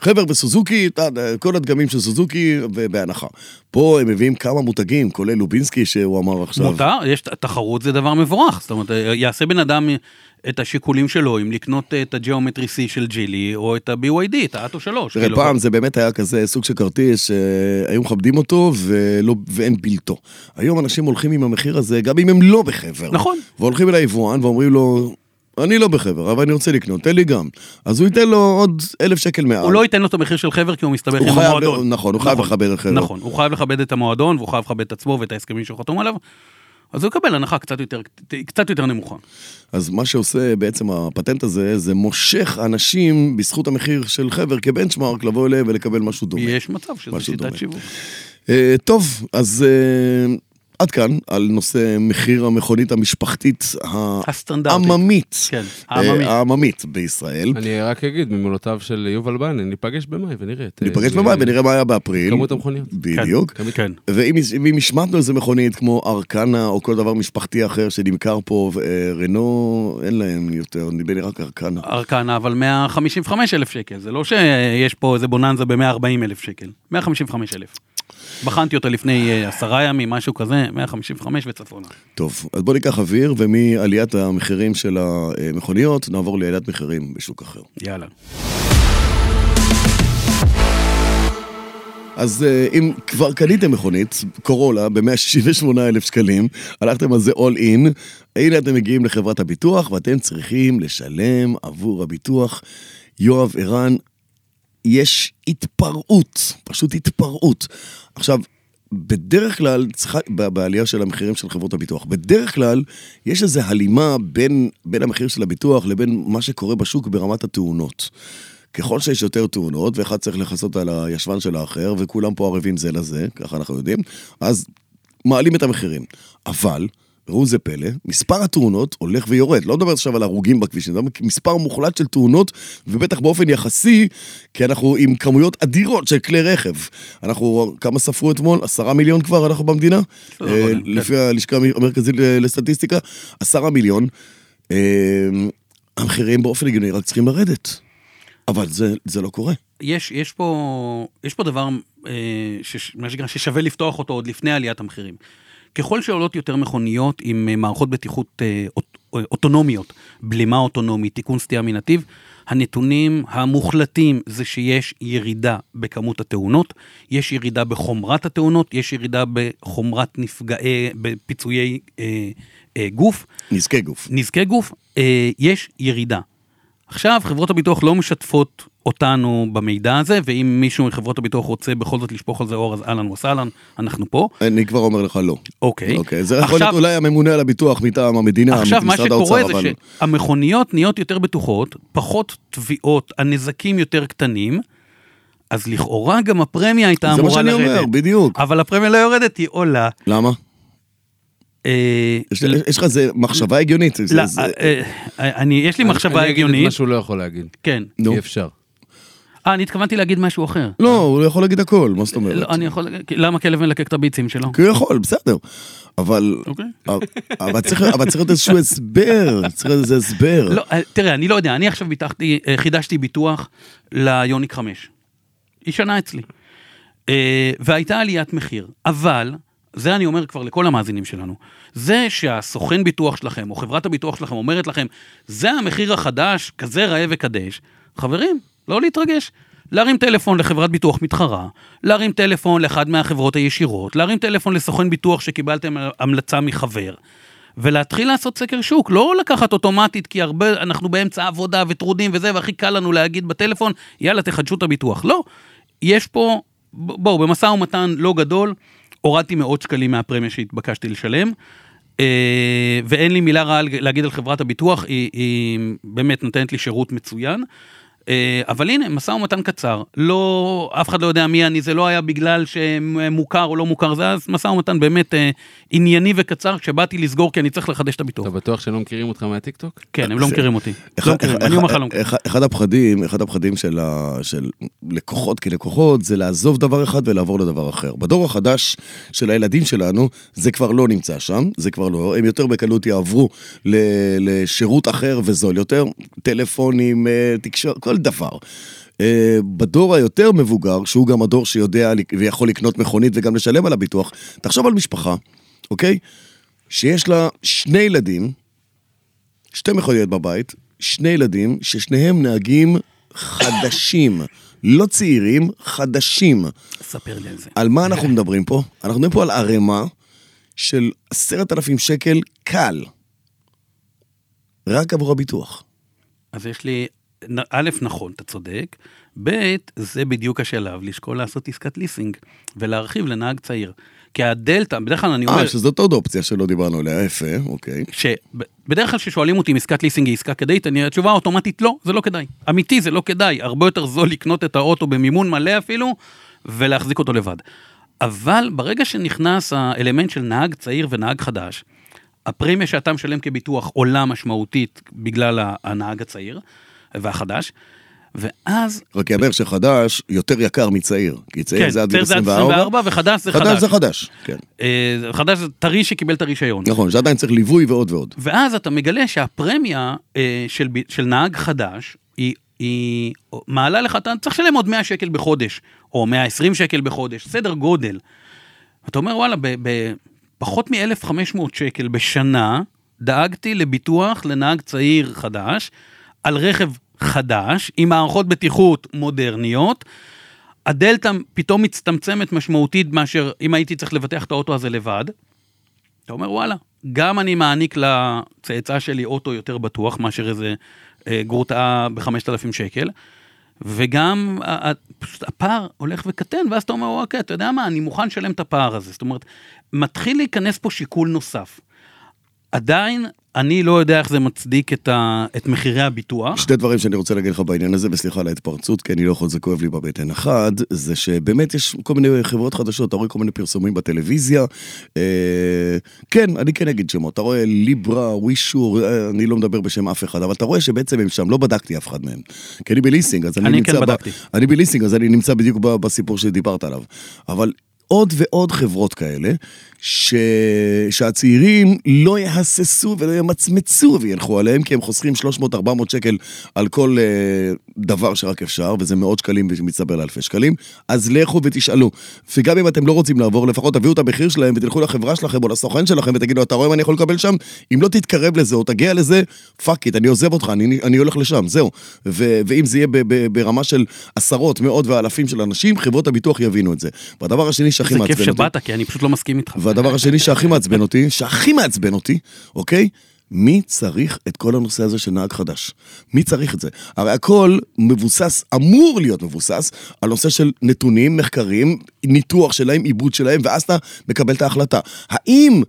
Speaker 1: חבר בסוזוקי, אתה יודע, כל הדגמים של סוזוקי ובהנחה. פה הם מביאים כמה מותגים, כולל לובינסקי שהוא אמר עכשיו.
Speaker 2: מותר, יש ת- תחרות זה דבר מבורך, זאת אומרת, אה, יעשה בן אדם את השיקולים שלו אם לקנות אה, את הג'אומטרי C של ג'ילי או את ה-BYD, את האטו כאילו. 3.
Speaker 1: תראה, פעם זה באמת היה כזה סוג של כרטיס שהיו מכבדים אותו ולא, ואין בלתו. היום אנשים הולכים עם המחיר הזה, גם אם הם לא בחבר.
Speaker 2: נכון.
Speaker 1: והולכים אל היבואן ואומרים לו, אני לא בחבר, אבל אני רוצה לקנות, תן לי גם. אז הוא ייתן לו עוד אלף שקל מעל.
Speaker 2: הוא לא ייתן לו את המחיר של חבר כי הוא מסתבך
Speaker 1: הוא
Speaker 2: עם
Speaker 1: חייב-
Speaker 2: המועדון.
Speaker 1: נכון, הוא חייב לכבד את חבר.
Speaker 2: נכון, הוא חייב לכבד את המועדון והוא חייב לכבד את עצמו ואת ההסכמים שהוא חתום עליו. אז הוא יקבל הנחה קצת יותר, קצת יותר נמוכה.
Speaker 1: אז מה שעושה בעצם הפטנט הזה, זה מושך אנשים בזכות המחיר של חבר כבנצ'מארק לבוא אליהם ולקבל משהו דומה.
Speaker 2: יש מצב שזה
Speaker 1: משהו דומה.
Speaker 2: שיטת שיווק.
Speaker 1: אה, טוב, אז אה, עד כאן על נושא מחיר המכונית המשפחתית ה-
Speaker 2: הסטנדרטית.
Speaker 1: עממית.
Speaker 2: כן,
Speaker 1: אה,
Speaker 2: העממית.
Speaker 1: העממית בישראל.
Speaker 3: אני רק אגיד, ממילותיו של יובל בנן, ניפגש במאי ונראה. את-
Speaker 1: ניפגש
Speaker 3: אה,
Speaker 1: במים ונראה מה היה באפריל.
Speaker 3: כמות המכוניות.
Speaker 1: בדיוק.
Speaker 2: כן, כן.
Speaker 1: ואם אם השמטנו איזה מכונית כמו ארקנה או כל דבר משפחתי אחר שנמכר פה, אה, רנו, אין להם יותר, נדמה לי רק ארקנה.
Speaker 2: ארקנה, אבל 155 אלף שקל, זה לא שיש פה איזה בוננזה ב-140 אלף שקל, 155 אלף. בחנתי אותה לפני אה, עשרה ימים, משהו כזה, 155 וצפונה.
Speaker 1: טוב, אז בוא ניקח אוויר, ומעליית המחירים של המכוניות נעבור לעליית מחירים בשוק אחר.
Speaker 2: יאללה.
Speaker 1: אז אה, אם כבר קניתם מכונית, קורולה, ב-168 אלף שקלים, הלכתם על זה all in, הנה אתם מגיעים לחברת הביטוח ואתם צריכים לשלם עבור הביטוח. יואב ערן, יש התפרעות, פשוט התפרעות. עכשיו, בדרך כלל, צריכה, ב- בעלייה של המחירים של חברות הביטוח, בדרך כלל יש איזו הלימה בין, בין המחיר של הביטוח לבין מה שקורה בשוק ברמת התאונות. ככל שיש יותר תאונות, ואחד צריך לכסות על הישבן של האחר, וכולם פה ערבים זה לזה, ככה אנחנו יודעים, אז מעלים את המחירים. אבל ראו זה פלא, מספר התאונות הולך ויורד. לא מדבר עכשיו על הרוגים בכבישים, מדבר על מספר מוחלט של תאונות, ובטח באופן יחסי, כי אנחנו עם כמויות אדירות של כלי רכב. אנחנו, כמה ספרו אתמול? עשרה מיליון כבר אנחנו במדינה?
Speaker 2: לא
Speaker 1: אה,
Speaker 2: יודע,
Speaker 1: לפי הלשכה המרכזית לסטטיסטיקה, עשרה מיליון. אה, המחירים באופן הגיוני רק צריכים לרדת. אבל זה, זה לא קורה.
Speaker 2: יש, יש, פה, יש פה דבר, אה, שש, מה שנקרא, ששווה לפתוח אותו עוד לפני עליית המחירים. ככל שעולות יותר מכוניות עם אה, מערכות בטיחות אה, אוט- אה, אוטונומיות, בלימה אוטונומית, תיקון סטייה מנתיב, הנתונים המוחלטים זה שיש ירידה בכמות התאונות, יש ירידה בחומרת התאונות, יש ירידה בחומרת נפגעי, בפיצויי אה, אה, גוף.
Speaker 1: נזקי גוף.
Speaker 2: נזקי גוף, אה, יש ירידה. עכשיו, חברות הביטוח לא משתפות אותנו במידע הזה, ואם מישהו מחברות הביטוח רוצה בכל זאת לשפוך על זה אור, אז אהלן וסהלן, אנחנו פה.
Speaker 1: אני כבר אומר לך לא.
Speaker 2: אוקיי.
Speaker 1: אוקיי, זה יכול להיות אולי הממונה על הביטוח מטעם המדינה,
Speaker 2: עכשיו, מה
Speaker 1: משרד
Speaker 2: שקורה
Speaker 1: האוצר,
Speaker 2: זה
Speaker 1: אבל-
Speaker 2: שהמכוניות נהיות יותר בטוחות, פחות תביעות, הנזקים יותר קטנים, אז לכאורה גם הפרמיה הייתה
Speaker 1: זה מה
Speaker 2: אמורה
Speaker 1: שאני
Speaker 2: לרדת.
Speaker 1: אומר, בדיוק.
Speaker 2: אבל הפרמיה לא יורדת, היא עולה.
Speaker 1: למה?
Speaker 2: אה,
Speaker 1: יש- יש לך איזה מחשבה הגיונית. זה-
Speaker 2: לא,
Speaker 1: זה-
Speaker 2: אה, אה, אני, יש לי מחשבה
Speaker 3: אני אגיד את מה
Speaker 2: הגיונית.
Speaker 3: שהוא לא יכול להגיד.
Speaker 2: כן.
Speaker 1: נו.
Speaker 3: אי אפשר.
Speaker 2: אה, אני התכוונתי להגיד משהו אחר.
Speaker 1: לא, הוא יכול להגיד הכל, מה זאת אומרת?
Speaker 2: לא, אני יכול... למה כלב מלקק את הביצים שלו?
Speaker 1: כי הוא יכול, בסדר. אבל...
Speaker 2: אוקיי.
Speaker 1: אבל צריך אבל צריך להיות איזשהו הסבר, צריך להיות איזה הסבר.
Speaker 2: לא, אה, תראה, אני לא יודע, אני עכשיו ביטחתי, אה, חידשתי ביטוח ליוניק 5. היא שנה אצלי. אה, והייתה עליית מחיר, אבל, זה אני אומר כבר לכל המאזינים שלנו, זה שהסוכן ביטוח שלכם, או חברת הביטוח שלכם אומרת לכם, זה המחיר החדש, כזה ראה וקדש, חברים, לא להתרגש. להרים טלפון לחברת ביטוח מתחרה, להרים טלפון לאחד מהחברות הישירות, להרים טלפון לסוכן ביטוח שקיבלתם המלצה מחבר, ולהתחיל לעשות סקר שוק, לא לקחת אוטומטית, כי הרבה, אנחנו באמצע עבודה וטרודים וזה, והכי קל לנו להגיד בטלפון, יאללה, תחדשו את הביטוח. לא, יש פה, ב- בואו, במשא ומתן לא גדול, הורדתי מאות שקלים מהפרמיה שהתבקשתי לשלם, אה, ואין לי מילה רעה להגיד על חברת הביטוח, היא, היא באמת נותנת לי שירות מצוין. אה, אבל הנה, משא ומתן קצר, לא, אף אחד לא יודע מי אני, זה לא היה בגלל שמוכר או לא מוכר, זה היה משא ומתן באמת אה, ענייני וקצר, כשבאתי לסגור כי אני צריך לחדש את הביטוח.
Speaker 3: אתה בטוח שלא מכירים אותך מהטיקטוק?
Speaker 2: כן, הם לא
Speaker 1: זה-
Speaker 2: מכירים אותי.
Speaker 1: אחד-
Speaker 2: לא מכירים,
Speaker 1: אחד-
Speaker 2: אני אומר לך לא מכירים.
Speaker 1: אחד- אחד הפחדים, אחד הפחדים של ה- של לקוחות כלקוחות, זה לעזוב דבר אחד ולעבור לדבר אחר. בדור החדש של הילדים שלנו, זה כבר לא נמצא שם, זה כבר לא, הם יותר בקלות יעברו ל- לשירות אחר וזול יותר, טלפונים, אה, תקשורת, כל דבר. אה, בדור היותר מבוגר, שהוא גם הדור שיודע לק- ויכול לקנות מכונית וגם לשלם על הביטוח, תחשוב על משפחה, אוקיי? שיש לה שני ילדים, שתי מכוניות בבית, שני ילדים, ששניהם נהגים חדשים. לא צעירים, חדשים.
Speaker 2: ספר לי על זה.
Speaker 1: על מה אנחנו מדברים פה? אנחנו מדברים פה על ערימה של עשרת אלפים שקל קל. רק עבור הביטוח.
Speaker 2: אז יש לי, נ- א', נכון, אתה צודק, ב', זה בדיוק השלב לשקול לעשות עסקת ליסינג ולהרחיב לנהג צעיר. כי הדלתא, בדרך כלל אני אומר,
Speaker 1: אה, שזאת עוד אופציה שלא דיברנו עליה, יפה, אוקיי.
Speaker 2: שבדרך כלל כששואלים אותי אם עסקת ליסינג היא עסקה כדאית, אני, התשובה האוטומטית לא, זה לא כדאי. אמיתי, זה לא כדאי. הרבה יותר זול לקנות את האוטו במימון מלא אפילו, ולהחזיק אותו לבד. אבל ברגע שנכנס האלמנט של נהג צעיר ונהג חדש, הפרמיה שאתה משלם כביטוח עולה משמעותית בגלל ה- הנהג הצעיר והחדש, ואז,
Speaker 1: רק יאמר שחדש יותר יקר מצעיר. כי צעיר
Speaker 2: כן,
Speaker 1: זה עד
Speaker 2: צעיר
Speaker 1: גיל 24.
Speaker 2: וחדש זה חדש.
Speaker 1: חדש זה חדש, כן.
Speaker 2: אה, חדש זה טרי שקיבל את הרישיון.
Speaker 1: נכון, שעדיין צריך ליווי ועוד ועוד.
Speaker 2: ואז אתה מגלה שהפרמיה אה, של, ב- של נהג חדש, היא, היא מעלה לך, אתה צריך לשלם עוד 100 שקל בחודש, או 120 שקל בחודש, סדר גודל. אתה אומר, וואלה, בפחות מ-1,500 שקל בשנה, דאגתי לביטוח לנהג צעיר חדש, על רכב חדש, עם מערכות בטיחות מודרניות. הדלתא פתאום מצטמצמת משמעותית מאשר אם הייתי צריך לבטח את האוטו הזה לבד. אתה אומר, וואלה, גם אני מעניק לצאצא שלי אוטו יותר בטוח מאשר איזה אה, גרוטאה ב-5,000 שקל, וגם ה- ה- פשוט הפער הולך וקטן, ואז אתה אומר, אוקיי, אתה יודע מה, אני מוכן לשלם את הפער הזה. זאת אומרת, מתחיל להיכנס פה שיקול נוסף. עדיין, אני לא יודע איך זה מצדיק את, ה... את מחירי הביטוח.
Speaker 1: שתי דברים שאני רוצה להגיד לך בעניין הזה, וסליחה על ההתפרצות, כי אני לא יכול, זה כואב לי בבטן. אחד, זה שבאמת יש כל מיני חברות חדשות, אתה רואה כל מיני פרסומים בטלוויזיה. אה, כן, אני כן אגיד שמות, אתה רואה ליברה, ווישור, אה, אני לא מדבר בשם אף אחד, אבל אתה רואה שבעצם הם שם, לא בדקתי אף אחד מהם. כי אני בליסינג, אז אני,
Speaker 2: אני
Speaker 1: נמצא...
Speaker 2: כן
Speaker 1: ב-
Speaker 2: בדקתי.
Speaker 1: אני בליסינג, אז אני נמצא בדיוק ב- בסיפור שדיברת עליו. אבל עוד ועוד חברות כאלה, ש... שהצעירים לא יהססו ולא ימצמצו וילכו עליהם, כי הם חוסכים 300-400 שקל על כל אה, דבר שרק אפשר, וזה מאות שקלים ומצטבר לאלפי שקלים, אז לכו ותשאלו. וגם אם אתם לא רוצים לעבור, לפחות תביאו את המחיר שלהם ותלכו לחברה שלכם או לסוכן שלכם ותגידו, אתה רואה מה אני יכול לקבל שם? אם לא תתקרב לזה או תגיע לזה, פאק איט, אני עוזב אותך, אני, אני הולך לשם, זהו. ו, ואם זה יהיה ב, ב, ברמה של עשרות, מאות ואלפים של אנשים, חברות הביטוח יבינו את זה. והדבר השני שהכי
Speaker 2: זה
Speaker 1: מעצבן אותי...
Speaker 2: כיף שבאת, כי אני פשוט לא מסכים איתך.
Speaker 1: והדבר השני שהכי מעצבן אותי, שהכי מעצבן אותי, אוקיי? מי צריך את כל הנושא הזה של נהג חדש? מי צריך את זה? הרי הכל מבוסס, אמור להיות מבוסס, על נושא של נתונים, מחקרים, ניתוח שלהם, עיבוד שלהם, ואז אתה מקבל את ההחלטה. האם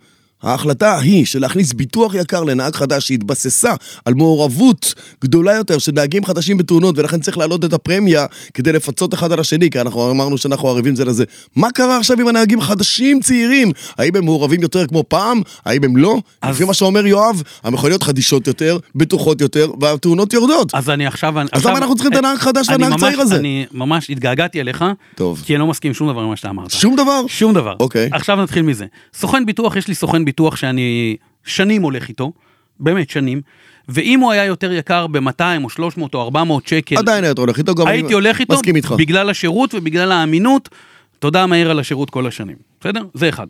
Speaker 1: ההחלטה היא של להכניס ביטוח יקר לנהג חדש שהתבססה על מעורבות גדולה יותר של נהגים חדשים בתאונות ולכן צריך להעלות את הפרמיה כדי לפצות אחד על השני כי אנחנו אמרנו שאנחנו ערבים זה לזה. מה קרה עכשיו עם הנהגים חדשים צעירים? האם הם מעורבים יותר כמו פעם? האם הם לא?
Speaker 2: אז-
Speaker 1: אז... לפי מה שאומר יואב, המכוניות חדישות יותר, בטוחות יותר והתאונות יורדות.
Speaker 2: אז אני עכשיו... אה,
Speaker 1: אז למה אנחנו צריכים את הנהג החדש והנהג הצעיר הזה?
Speaker 2: אני ממש התגעגעתי אליך,
Speaker 1: טוב.
Speaker 2: כי אני לא מסכים עם שום דבר ממה שאתה אמרת.
Speaker 1: שום דבר?
Speaker 2: שום דבר.
Speaker 1: אוקיי.
Speaker 2: עכשיו נתחיל מזה. סוכן ביטוח, יש לי סוכן ביטוח שאני שנים הולך איתו, באמת שנים, ואם הוא היה יותר יקר ב-200 או 300 או 400 שקל,
Speaker 1: עדיין היית הולך איתו, גם אני
Speaker 2: הייתי הולך איתו
Speaker 1: מסכים איתך.
Speaker 2: בגלל השירות ובגלל האמינות. תודה מהיר על השירות כל השנים, בסדר? זה אחד.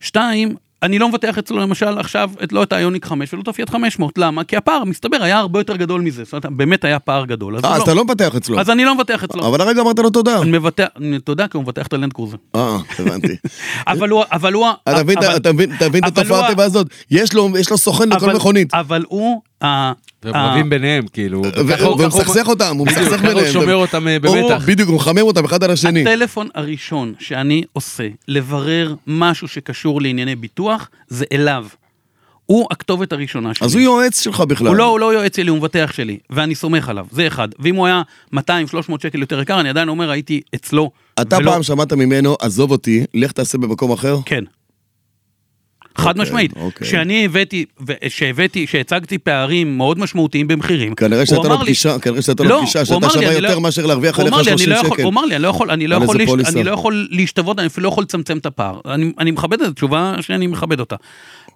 Speaker 2: שתיים, אני לא מבטח אצלו למשל עכשיו את לא את האיוניק 5 ולא את הפיאט 500, למה? כי הפער, מסתבר, היה הרבה יותר גדול מזה, זאת אומרת, באמת היה פער גדול.
Speaker 1: אה,
Speaker 2: הוא
Speaker 1: אז אתה לא מבטח אצלו.
Speaker 2: אז אני לא מבטח אצלו.
Speaker 1: אבל הרגע אמרת לו תודה.
Speaker 2: אני מבטח, אני- תודה, כי הוא מבטח את הלנד קרוזר.
Speaker 1: אה, הבנתי.
Speaker 2: אבל הוא, אבל הוא,
Speaker 1: אה, אתה מבין,
Speaker 2: אבל-
Speaker 1: אתה מבין, אתה מבין את
Speaker 2: אבל
Speaker 1: התופעה
Speaker 2: הוא-
Speaker 1: הטבע הזאת? יש לו, יש לו סוכן לכל
Speaker 2: אבל-
Speaker 1: מכונית.
Speaker 2: אבל הוא, ה-
Speaker 3: והם
Speaker 2: ה-
Speaker 3: רבים ביניהם, כאילו.
Speaker 1: ו-
Speaker 3: ככה הוא-
Speaker 1: והוא
Speaker 3: ככה הוא-
Speaker 1: מסכסך אותם, הוא
Speaker 3: בדיוק,
Speaker 1: מסכסך
Speaker 3: ככה הוא
Speaker 1: ביניהם.
Speaker 3: שומר אותם אה,
Speaker 1: או,
Speaker 3: במתח.
Speaker 1: בדיוק, הוא מחמם אותם אחד על השני.
Speaker 2: הטלפון הראשון שאני עושה לברר משהו שקשור לענייני ביטוח, זה אליו. הוא הכתובת הראשונה שלי.
Speaker 1: אז הוא יועץ שלך בכלל.
Speaker 2: הוא לא, הוא לא יועץ שלי, הוא מבטח שלי, ואני סומך עליו, זה אחד. ואם הוא היה 200-300 שקל יותר יקר, אני עדיין אומר, הייתי אצלו.
Speaker 1: אתה
Speaker 2: ולא-
Speaker 1: פעם שמעת ממנו, עזוב אותי, לך תעשה במקום אחר?
Speaker 2: כן. חד משמעית.
Speaker 1: אוקיי.
Speaker 2: שאני הבאתי, ו- שהבאתי, שהצגתי פערים מאוד משמעותיים במחירים.
Speaker 1: כנראה לא
Speaker 2: הוא
Speaker 1: שהייתה לו
Speaker 2: אמר לי-
Speaker 1: פגישה, כנראה שהייתה
Speaker 2: לא,
Speaker 1: לו פגישה,
Speaker 2: הוא
Speaker 1: שאתה
Speaker 2: אמר לי,
Speaker 1: שווה
Speaker 2: אני לא-
Speaker 1: יותר מאשר להרוויח
Speaker 2: הוא
Speaker 1: עליך
Speaker 2: אמר לי, אני
Speaker 1: 30
Speaker 2: לא יכול-
Speaker 1: שקל.
Speaker 2: הוא אמר לי, אני לא יכול, אני לא
Speaker 1: על
Speaker 2: יכול
Speaker 1: איזה
Speaker 2: להשת-
Speaker 1: פוליסה?
Speaker 2: אני לא יכול להשתוות, אני אפילו לא יכול לצמצם את הפער. אני- אני מכבד את התשובה שאני מכבד אותה.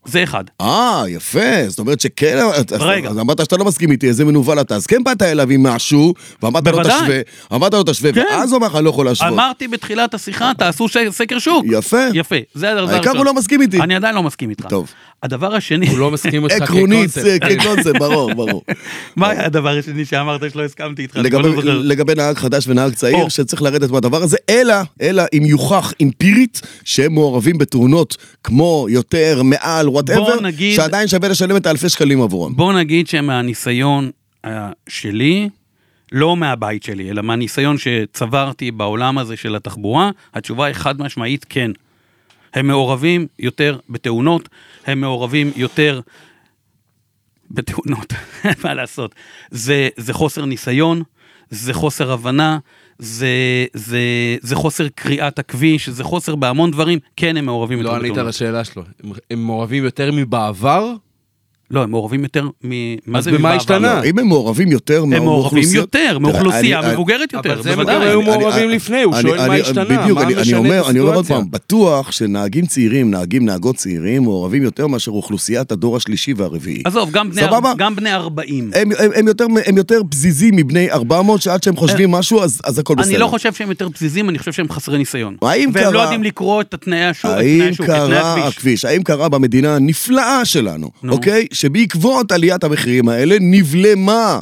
Speaker 2: זה אחד.
Speaker 1: אה, יפה, זאת אומרת שכן, אז-
Speaker 2: רגע.
Speaker 1: אז אמרת שאתה לא מסכים איתי, איזה מנוול אתה, אז כן באת אליו עם משהו, ואמרת לו
Speaker 2: בוודאי.
Speaker 1: תשווה, אמרת לו תשווה,
Speaker 2: כן.
Speaker 1: ואז הוא אמר לך, אני לא יכול להשוות.
Speaker 2: אמרתי בתחילת השיחה, תעשו ש- סקר שוק.
Speaker 1: יפה.
Speaker 2: יפה, זה הדבר הראשון.
Speaker 1: העיקר הוא לא מסכים איתי.
Speaker 2: אני עדיין לא מסכים איתך.
Speaker 1: טוב.
Speaker 2: הדבר השני,
Speaker 3: הוא לא מסכים איתך
Speaker 1: עקרונית, זה-
Speaker 3: כקונספט.
Speaker 1: כן, קונספט, ברור, ברור.
Speaker 2: מה היה הדבר השני שאמרת שלא הסכמתי איתך? אני כבר
Speaker 1: לגבי,
Speaker 2: לא זוכר.
Speaker 1: לגבי נהג חדש ונהג צעיר,
Speaker 2: או.
Speaker 1: שצריך לרדת מהדבר הזה, אלא, אלא אם יוכח אמפירית שהם מעורבים בתאונות כמו יותר, מעל,
Speaker 2: בוא
Speaker 1: וואטאבר,
Speaker 2: נגיד-
Speaker 1: שעדיין שווה לשלם את האלפי שקלים עבורם.
Speaker 2: בוא נגיד שמהניסיון אה, שלי, לא מהבית שלי, אלא מהניסיון שצברתי בעולם הזה של התחבורה, התשובה היא חד משמעית כן. הם מעורבים יותר בתאונות, הם מעורבים יותר בתאונות, מה לעשות. זה, זה חוסר ניסיון, זה חוסר הבנה, זה, זה, זה חוסר קריאת הכביש, זה חוסר בהמון דברים, כן הם מעורבים
Speaker 3: לא
Speaker 2: יותר
Speaker 3: ענית על
Speaker 2: בתאונות.
Speaker 3: השאלה שלו. הם- הם מעורבים יותר מבעבר?
Speaker 2: לא, הם מעורבים יותר מ... מה
Speaker 3: אז
Speaker 2: זה
Speaker 3: במה
Speaker 2: מבעבר?
Speaker 3: השתנה?
Speaker 1: לא, אם הם מעורבים יותר
Speaker 2: הם מעורבים
Speaker 1: מאוכלוסיות-
Speaker 2: יותר,
Speaker 1: תראה,
Speaker 2: מאוכלוסייה לא
Speaker 1: אני- אני-
Speaker 2: מבוגרת יותר,
Speaker 3: אבל זה הם גם
Speaker 2: בוודאי.
Speaker 3: היו
Speaker 1: אני-
Speaker 3: מעורבים
Speaker 1: אני-
Speaker 3: לפני, הוא
Speaker 1: אני-
Speaker 3: שואל מה
Speaker 1: אני-
Speaker 3: השתנה,
Speaker 1: בדיוק,
Speaker 3: מה
Speaker 1: אני- אני
Speaker 3: משנה את
Speaker 1: אומר- אני אומר עוד
Speaker 3: הסיטואציה?
Speaker 1: פעם, בטוח שנהגים צעירים, נהגים, נהגות צעירים, מעורבים יותר מאשר אוכלוסיית הדור השלישי והרביעי.
Speaker 2: עזוב, גם בני
Speaker 1: סבבה? אה,
Speaker 2: אר- גם בני 40.
Speaker 1: הם, הם, הם, יותר, הם יותר בזיזים מבני 400, שעד שהם חושבים משהו, אז, אז הכל בסדר.
Speaker 2: אה, אני לא חושב שהם יותר פזיזים, אני חושב שהם חסרי ניסיון.
Speaker 1: האם
Speaker 2: והם לא
Speaker 1: קרה-
Speaker 2: יודעים לקרוא את התנאי השוק, את תנאי
Speaker 1: האם
Speaker 2: השוק, את תנאי
Speaker 1: קרה
Speaker 2: הכביש.
Speaker 1: הכביש, האם קרה במדינה הנפלאה שלנו,
Speaker 2: נו.
Speaker 1: אוקיי? שבעקבות עליית המחירים האלה נבלמה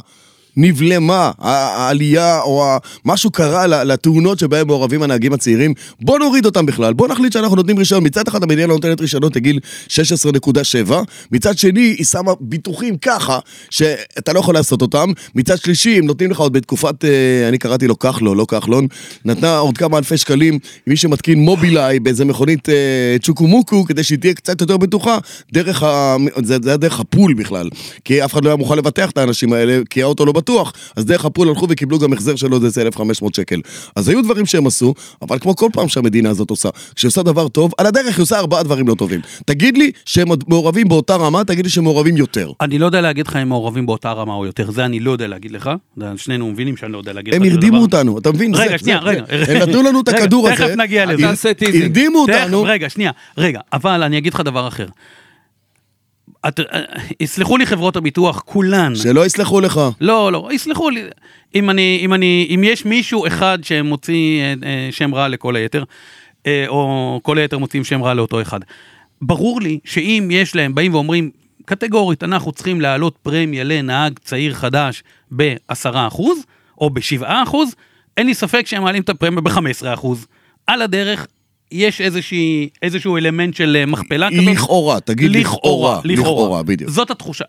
Speaker 1: נבלמה, ה- העלייה או ה- משהו קרה ל- לתאונות שבהן מעורבים הנהגים הצעירים, בוא נוריד אותם בכלל, בוא נחליט שאנחנו נותנים רישיון. מצד אחד המדינה לא נותנת רישיונות לגיל 16.7, מצד שני היא שמה ביטוחים ככה, שאתה לא יכול לעשות אותם, מצד שלישי הם נותנים לך עוד בתקופת, אה, אני קראתי לו כחלון, לא כחלון, נתנה עוד כמה אלפי שקלים מי שמתקין מובילאיי באיזה מכונית אה, צ'וקו מוקו, כדי שהיא תהיה קצת יותר בטוחה, דרך ה... זה, זה היה דרך הפול בכלל, כי אף אחד לא היה מוכן לבטח את האנשים האלה, כי האוטו לא בטוח, אז דרך הפול הלכו וקיבלו גם החזר של עוד איזה 1,500 שקל. אז היו דברים שהם עשו, אבל כמו כל פעם שהמדינה הזאת עושה, כשהיא עושה דבר טוב, על הדרך היא עושה ארבעה דברים לא טובים. תגיד לי שהם מעורבים באותה רמה, תגיד לי שהם מעורבים יותר.
Speaker 2: אני לא יודע להגיד לך אם מעורבים באותה רמה או יותר, זה אני לא יודע להגיד לך. זה שנינו מבינים שאני לא יודע להגיד לך.
Speaker 1: הם
Speaker 2: כזה
Speaker 1: הרדימו
Speaker 2: דבר.
Speaker 1: אותנו, אתה מבין?
Speaker 2: רגע,
Speaker 1: זה-
Speaker 2: שנייה,
Speaker 1: זה-
Speaker 2: רגע.
Speaker 1: הם נתנו לנו את
Speaker 2: רגע,
Speaker 1: הכדור הזה.
Speaker 2: תכף נגיע
Speaker 1: הר-
Speaker 2: לזה.
Speaker 3: תעשה טיזינג.
Speaker 1: הרדימו אותנו.
Speaker 2: תכף, רגע, שנייה, רגע, אבל אני אגיד לך דבר אחר. את- אה, יסלחו לי חברות הביטוח, כולן.
Speaker 1: שלא יסלחו לך.
Speaker 2: לא, לא, יסלחו לי. אם אני, אם אני, אם יש מישהו אחד שמוציא אה, אה, שם רע לכל היתר, אה, או כל היתר מוציאים שם רע לאותו אחד. ברור לי שאם יש להם, באים ואומרים, קטגורית, אנחנו צריכים להעלות פרמיה לנהג צעיר חדש ב-10%, או ב-7%, אין לי ספק שהם מעלים את הפרמיה ב-15%. על הדרך, יש איזושהי, איזשהו אלמנט של אה, מכפלה כזאת.
Speaker 1: לכאורה, תגיד לכאורה. לכאורה, בדיוק.
Speaker 2: זאת התחושה.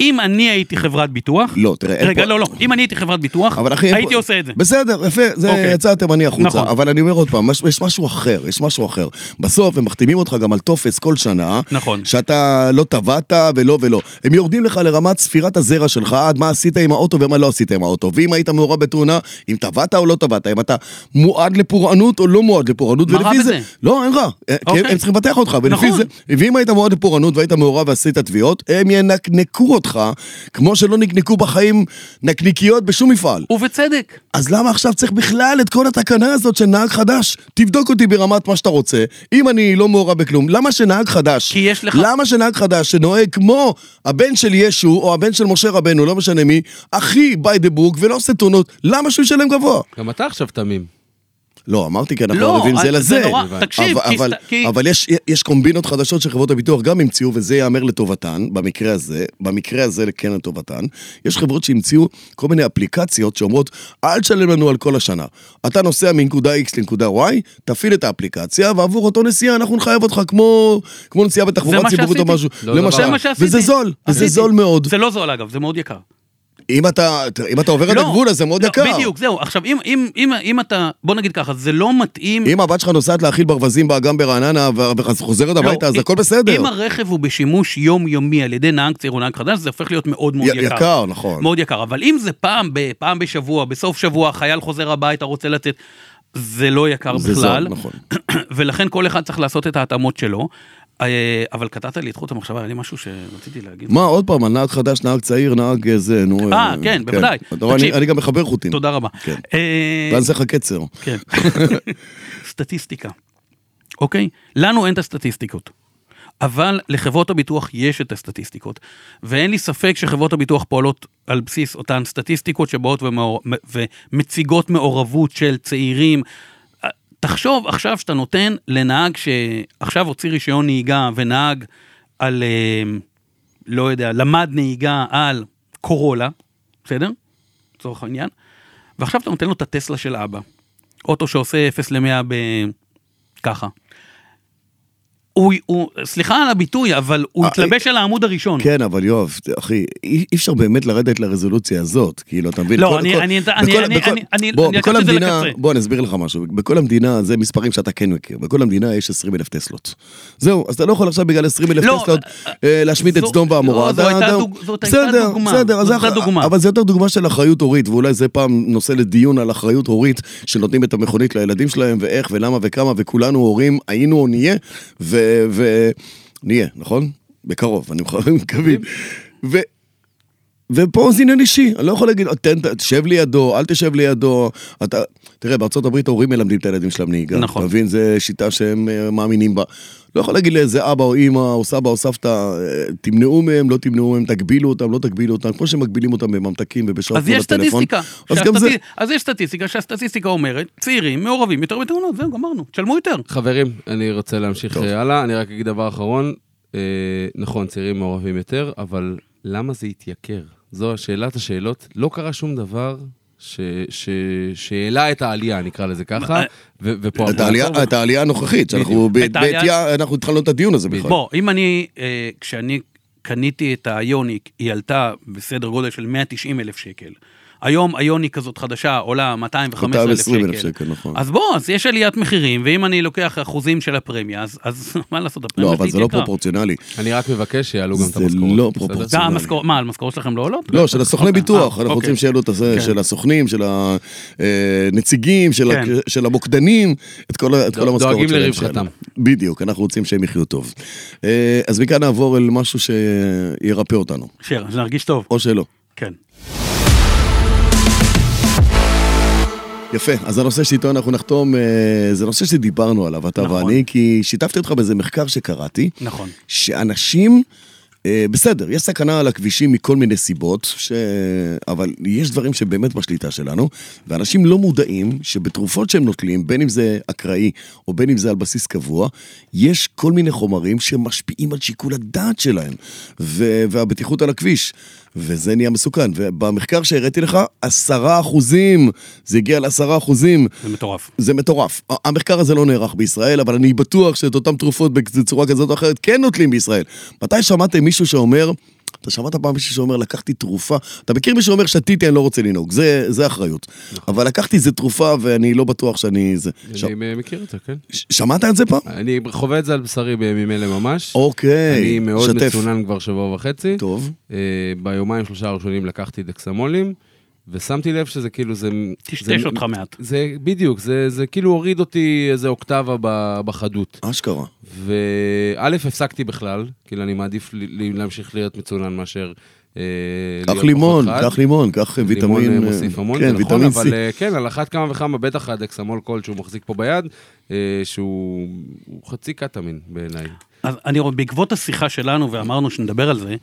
Speaker 2: אם אני הייתי חברת ביטוח...
Speaker 1: לא, תראה, אין
Speaker 2: רגע,
Speaker 1: פה-
Speaker 2: לא, לא. אם אני הייתי חברת ביטוח,
Speaker 1: אבל אחי, אין
Speaker 2: הייתי
Speaker 1: פה-
Speaker 2: עושה את זה.
Speaker 1: בסדר, יפה, זה
Speaker 2: אוקיי.
Speaker 1: יצא התימני החוצה.
Speaker 2: נכון.
Speaker 1: אבל אני אומר עוד פעם, יש- יש משהו אחר, יש משהו אחר. בסוף הם מחתימים אותך גם על טופס כל שנה,
Speaker 2: נכון.
Speaker 1: שאתה לא טבעת ולא ולא. הם יורדים לך לרמת ספירת הזרע שלך, עד מה עשית עם האוטו ומה לא עשית עם האוטו. ואם היית מעורב בתאונה, אם טבעת או לא טבעת, אם אתה מועד לפורענות או לא מועד לפורענות,
Speaker 2: מה רע
Speaker 1: ולפי זה...
Speaker 2: בזה?
Speaker 1: לא, אין רע. אה, כי הם-
Speaker 2: אוקיי.
Speaker 1: הם צריכים לבטח אותך, ולפי
Speaker 2: נכון.
Speaker 1: זה... ואם היית מועד לפורענות והיית מעורב ועשית תביעות, הם ינקנקו אותך, כמו שלא נקנקו בחיים נקניקיות בשום מפעל.
Speaker 2: ובצדק.
Speaker 1: אז למה עכשיו צריך בכלל את כל התקנה הזאת של נהג חדש? תבדוק אותי ברמת מה שאתה רוצה, אם אני לא מעורב בכלום. למה שנהג חדש...
Speaker 2: כי יש לך-
Speaker 1: למה שנהג חדש שנוהג כמו הבן של ישו, או הבן של משה רבנו, לא משנה מי, הכי by the book ולא עושה תאונות, למה שהוא ישלם גבוה?
Speaker 3: גם אתה עכשיו תמים.
Speaker 1: לא, אמרתי כי אנחנו
Speaker 2: לא,
Speaker 1: ערבים זה
Speaker 2: זה
Speaker 1: לזה.
Speaker 2: נורא-
Speaker 1: אבל-
Speaker 2: תקשיב,
Speaker 1: אבל-
Speaker 2: כי-
Speaker 1: אבל-
Speaker 2: כי-
Speaker 1: אבל יש- יש קומבינות חדשות שחברות הביטוח גם המציאו, וזה ייאמר לטובתן, במקרה הזה, במקרה הזה כן לטובתן. יש חברות שהמציאו כל מיני אפליקציות שאומרות, אל תשלם לנו על כל השנה. אתה נוסע מנקודה X לנקודה Y, תפעיל את האפליקציה, ועבור אותו נסיעה אנחנו נחייב אותך כמו כמו נסיעה
Speaker 2: זה
Speaker 1: בתחבורה
Speaker 2: מה
Speaker 1: ציבורית או
Speaker 2: שעשיתי.
Speaker 1: משהו.
Speaker 3: לא
Speaker 1: למשל.
Speaker 3: דבר.
Speaker 2: זה מה שעשיתי.
Speaker 1: וזה זול, וזה
Speaker 2: עשיתי.
Speaker 1: זול מאוד.
Speaker 2: זה לא זול אגב, זה מאוד יקר.
Speaker 1: אם אתה אם אתה עובר את
Speaker 2: לא,
Speaker 1: הגבול, אז זה מאוד
Speaker 2: לא,
Speaker 1: יקר.
Speaker 2: בדיוק, זהו. עכשיו, אם- אם- אם אם אתה, בוא נגיד ככה, זה לא מתאים...
Speaker 1: אם הבת שלך נוסעת להאכיל ברווזים באגם ברעננה ו- וחוזרת
Speaker 2: לא,
Speaker 1: הביתה, אז
Speaker 2: אם-
Speaker 1: הכל בסדר.
Speaker 2: אם הרכב הוא בשימוש יומיומי על ידי נהג צעיר או נהג חדש, זה הופך להיות מאוד מאוד
Speaker 1: י-
Speaker 2: יקר.
Speaker 1: יקר, נכון.
Speaker 2: מאוד יקר, אבל אם זה פעם, ב, פעם בשבוע, בסוף שבוע, חייל חוזר הביתה, רוצה לצאת, זה לא יקר
Speaker 1: זה
Speaker 2: בכלל.
Speaker 1: זול, נכון.
Speaker 2: ולכן כל אחד צריך לעשות את ההתאמות שלו. אה, אבל קטעת לי את חוט המחשבה, היה לי משהו שרציתי להגיד.
Speaker 1: מה, עוד פעם, על נהג חדש, נהג צעיר, נהג אה, זה, נו.
Speaker 2: אה, כן, בוודאי.
Speaker 1: אתה רואה, אני-
Speaker 2: תקשיב.
Speaker 1: אני גם מחבר חוטים.
Speaker 2: תודה רבה.
Speaker 1: כן.
Speaker 2: אה,
Speaker 1: ואז לך קצר.
Speaker 2: כן. סטטיסטיקה, אוקיי? לנו אין את הסטטיסטיקות. אבל לחברות הביטוח יש את הסטטיסטיקות, ואין לי ספק שחברות הביטוח פועלות על בסיס אותן סטטיסטיקות שבאות ומעור... ומציגות מעורבות של צעירים. תחשוב עכשיו שאתה נותן לנהג שעכשיו הוציא רישיון נהיגה ונהג על, אה, לא יודע, למד נהיגה על קורולה, בסדר? לצורך העניין. ועכשיו אתה נותן לו את הטסלה של אבא. אוטו שעושה 0 ל-100 ב... ככה. הוא, הוא, סליחה על הביטוי, אבל הוא
Speaker 1: אה,
Speaker 2: התלבש על העמוד הראשון.
Speaker 1: כן, אבל יואב, אחי, אי אי אפשר באמת לרדת לרזולוציה הזאת, כאילו, אתה מבין?
Speaker 2: לא,
Speaker 1: כל-
Speaker 2: אני-
Speaker 1: כל-
Speaker 2: אני- אני-
Speaker 1: בכל-
Speaker 2: אני-
Speaker 1: בכל-
Speaker 2: אני- אני-
Speaker 1: בוא,
Speaker 2: אני
Speaker 1: בכל
Speaker 2: לקחתי את זה
Speaker 1: המדינה-
Speaker 2: לקצה.
Speaker 1: בוא, אני אסביר לך משהו. בכל המדינה, זה מספרים שאתה כן מכיר. בכל המדינה יש 20 אלף טסלות. זהו, אז אתה לא יכול עכשיו בגלל 20 אלף
Speaker 2: לא,
Speaker 1: טסלות אה, להשמיד את
Speaker 2: זו-
Speaker 1: סדום
Speaker 2: לא,
Speaker 1: ועמורה.
Speaker 2: זו
Speaker 1: אתה-
Speaker 2: הייתה
Speaker 1: אתה-
Speaker 2: דוג- זאת הייתה
Speaker 1: בסדר,
Speaker 2: דוגמה.
Speaker 1: בסדר, אז
Speaker 2: זאת
Speaker 1: זה
Speaker 2: הייתה
Speaker 1: אח-
Speaker 2: דוגמה.
Speaker 1: אבל זה יותר דוגמה של אחריות הורית, ואולי זה פעם נושא לדיון על אחריות הורית, שנותנים את המכונית לילדים שלהם, ואיך ולמה וכמה, וכולנו הורים, היינו או נהיה, ו... ו- נהיה, נכון? בקרוב, אני מקווים. ו- ופה זה עניין אישי, אני לא יכול להגיד, תן, תשב לידו, אל תשב לידו. אתה, תראה, בארצות הברית ההורים מלמדים את הילדים שלהם נהיגה.
Speaker 2: נכון.
Speaker 1: אתה מבין, זו שיטה שהם אה, מאמינים בה. לא יכול להגיד לאיזה אבא או אימא או סבא או סבתא, אה, תמנעו מהם, לא תמנעו מהם, תגבילו אותם, לא תגבילו אותם, כמו שמגבילים אותם בממתקים ובשעות
Speaker 2: אז יש
Speaker 1: הטלפון.
Speaker 2: סטטיסטיקה.
Speaker 1: אז גם זה,
Speaker 2: שהסטטי- אז יש סטטיסטיקה שהסטטיסטיקה אומרת, צעירים מעורבים יותר בתאונות, זהו, גמרנו, תשלמו יותר.
Speaker 3: חברים, אני רוצה להמשיך
Speaker 1: טוב.
Speaker 3: הלאה, אני אה, רק אגיד דבר אחרון. אה, נכון, צעירים מעורבים יותר, אבל למה זה התייקר? זו שאלת השאלות. לא קרה שום דבר ש- ש- שהעלה את העלייה, נקרא לזה ככה,
Speaker 2: מה-
Speaker 3: ו- ופה...
Speaker 1: את העלייה-
Speaker 3: אנחנו-
Speaker 1: את העלייה הנוכחית, שאנחנו
Speaker 3: בדיוק.
Speaker 1: ב-
Speaker 2: את העלייה-
Speaker 1: בעטייה, אנחנו התחלנו את הדיון הזה בכלל.
Speaker 2: בוא, אם אני, אה, כשאני קניתי את היוניק, היא עלתה בסדר גודל של 190 אלף שקל. היום היוניק כזאת חדשה עולה 215 אלף
Speaker 1: 220 אלף
Speaker 2: שקל.
Speaker 1: שקל, נכון.
Speaker 2: אז בוא, אז יש עליית מחירים, ואם אני לוקח אחוזים של הפרמיה, אז, אז מה לעשות, הפרמיה
Speaker 1: לא,
Speaker 2: שלי
Speaker 1: אבל זה לא
Speaker 2: יקרה.
Speaker 1: פרופורציונלי.
Speaker 3: אני רק מבקש שיעלו גם את
Speaker 1: זה
Speaker 3: המשכורות.
Speaker 1: לא
Speaker 3: בסדר?
Speaker 1: פרופורציונלי.
Speaker 2: זה המשכורת, מה, המשכורות שלכם לא עולות?
Speaker 1: לא, של הסוכני
Speaker 2: אוקיי.
Speaker 1: ביטוח,
Speaker 2: אה,
Speaker 1: אנחנו
Speaker 2: אוקיי.
Speaker 1: רוצים שאלות הזה,
Speaker 2: כן.
Speaker 1: של הסוכנים, של הנציגים, של
Speaker 2: כן.
Speaker 1: הק- של המוקדנים, את כל ה- את כל
Speaker 3: דואגים
Speaker 1: המשכורת שלהם.
Speaker 3: לרווחתם.
Speaker 1: שלנו. בדיוק, אנחנו רוצים שהם יחיו טוב. אה, אז מכאן נעבור אל משהו שירפא אותנו,
Speaker 2: שר, שנרגיש טוב,
Speaker 1: או שלא.
Speaker 2: כן.
Speaker 1: יפה, אז הנושא שאיתו אנחנו נחתום, אה, זה נושא שדיברנו עליו, אתה
Speaker 2: נכון.
Speaker 1: ואני, כי שיתפתי אותך באיזה מחקר שקראתי,
Speaker 2: נכון.
Speaker 1: שאנשים, אה, בסדר, יש סכנה על הכבישים מכל מיני סיבות, ש... אבל יש דברים שבאמת בשליטה שלנו, ואנשים לא מודעים שבתרופות שהם נוטלים, בין אם זה אקראי או בין אם זה על בסיס קבוע, יש כל מיני חומרים שמשפיעים על שיקול הדעת שלהם, ו... והבטיחות על הכביש. וזה נהיה מסוכן, ובמחקר שהראיתי לך, עשרה אחוזים, זה הגיע לעשרה אחוזים.
Speaker 2: זה מטורף.
Speaker 1: זה מטורף. ה- המחקר הזה לא נערך בישראל, אבל אני בטוח שאת אותן תרופות בצורה כזאת או אחרת כן נוטלים בישראל. מתי שמעתם מישהו שאומר, אתה שמעת פעם מישהו שאומר, לקחתי תרופה, אתה מכיר מישהו שאומר, שתיתי, אני לא רוצה לנהוג, זה, זה אחריות. אבל לקחתי איזה תרופה ואני לא בטוח שאני... זה... ש...
Speaker 3: נכון. אני אה, מכיר את זה, כן.
Speaker 1: ש- שמעת את זה פעם?
Speaker 3: אני חווה את זה על בשרי בימים אלה ממש.
Speaker 1: אוקיי,
Speaker 3: אני מאוד
Speaker 1: שתף.
Speaker 3: מצונן כבר שבוע וחצי.
Speaker 1: טוב.
Speaker 3: אה, ביומיים שלושה הראשונים לקחתי דקסמולים, ושמתי לב שזה כאילו זה...
Speaker 2: טשטש
Speaker 3: זה-
Speaker 2: אותך מעט.
Speaker 3: זה בדיוק, זה, זה כאילו הוריד אותי איזה אוקטבה ב- בחדות.
Speaker 1: אשכרה.
Speaker 3: וא', הפסקתי בכלל, כאילו אני מעדיף ל- ל- להמשיך להיות מצונן מאשר... אה, להיות
Speaker 1: קח
Speaker 3: פחות
Speaker 1: לימון,
Speaker 3: חד.
Speaker 1: קח לימון, קח ויטמין...
Speaker 3: לימון אה,
Speaker 1: אה,
Speaker 3: מוסיף המון,
Speaker 1: כן,
Speaker 3: זה נכון,
Speaker 1: ויטמין C.
Speaker 3: אבל אה, כן, על אחת כמה וכמה, בטח הדקסמול קול שהוא מחזיק פה ביד, אה, שהוא הוא חצי קטמין בעיניי.
Speaker 2: אז אני רואה, בעקבות השיחה שלנו, ואמרנו שנדבר על זה,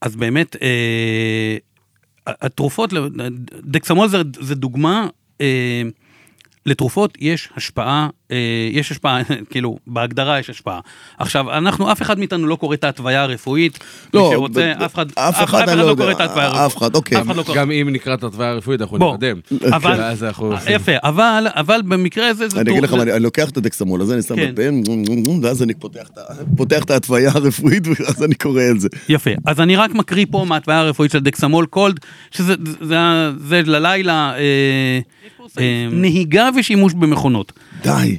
Speaker 2: אז באמת, אה, התרופות, דקסמול זה, זה דוגמה, אה, לתרופות יש השפעה, אה, יש השפעה, כאילו, בהגדרה יש השפעה. עכשיו, אנחנו, אף אחד מאיתנו לא קורא את ההתוויה הרפואית, מי שרוצה,
Speaker 1: לא, ב-
Speaker 2: אף אחד,
Speaker 1: אף אחד, אני לא
Speaker 2: לא
Speaker 1: יודע,
Speaker 2: קורא את ההתוויה הרפואית.
Speaker 1: אף אחד, אוקיי.
Speaker 2: אף אחד לא קורא.
Speaker 3: גם אם נקרא את התוויה הרפואית, אנחנו
Speaker 2: בוא,
Speaker 3: נתקדם.
Speaker 2: אבל, אה,
Speaker 3: אז אנחנו-
Speaker 2: יפה, אבל, אבל במקרה הזה זה...
Speaker 1: אני אגיד לך,
Speaker 2: תרופ-
Speaker 1: מה, אני אני לוקח את הדקסמול הזה, אני שם
Speaker 2: כן.
Speaker 1: בפה, ואז אני פותח את ה- פותח את ההתוויה הרפואית, ואז אני קורא את זה.
Speaker 2: יפה, אז אני רק מקריא פה מההתוויה הרפואית של דקסמול קולד, שזה זה, זה ללילה אה, אה, נהיגה ושימוש במכונות.
Speaker 1: די.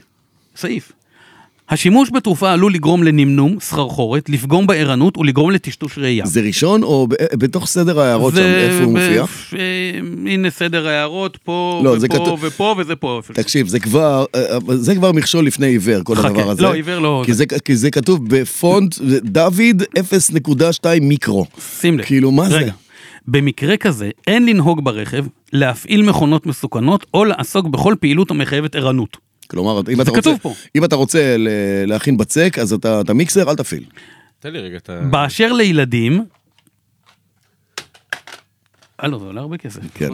Speaker 2: סעיף. השימוש בתרופה עלול לגרום לנמנום, סחרחורת, לפגום בערנות ולגרום לטשטוש ראייה.
Speaker 1: זה ראשון, או ב- בתוך סדר ההערות שם,
Speaker 2: זה-
Speaker 1: איפה הוא
Speaker 2: ב-
Speaker 1: מופיע?
Speaker 2: אה, הנה סדר ההערות, פה,
Speaker 1: לא, זה
Speaker 2: ופה,
Speaker 1: כתוב-
Speaker 2: ופה, וזה פה.
Speaker 1: תקשיב, זה כבר, אה, אבל זה כבר מכשול לפני עיוור, כל
Speaker 2: חכה,
Speaker 1: הדבר הזה.
Speaker 2: לא, עיוור לא-
Speaker 1: כי זה- כי זה כתוב בפונט דוד 0.2 מיקרו.
Speaker 2: שים לב.
Speaker 1: כאילו, מה זה?
Speaker 2: רגע. במקרה כזה, אין לנהוג ברכב, להפעיל מכונות מסוכנות, או לעסוק בכל פעילות המחייבת ערנות.
Speaker 1: כלומר, אם אתה
Speaker 2: כתוב
Speaker 1: רוצה,
Speaker 2: פה.
Speaker 1: אם אתה רוצה ל- להכין בצק, אז אתה אתה מיקסר, אל תפעיל.
Speaker 2: נכון.
Speaker 3: תן לי רגע את ה...
Speaker 2: באשר לילדים... הלו, זה עולה הרבה כסף.
Speaker 1: כן.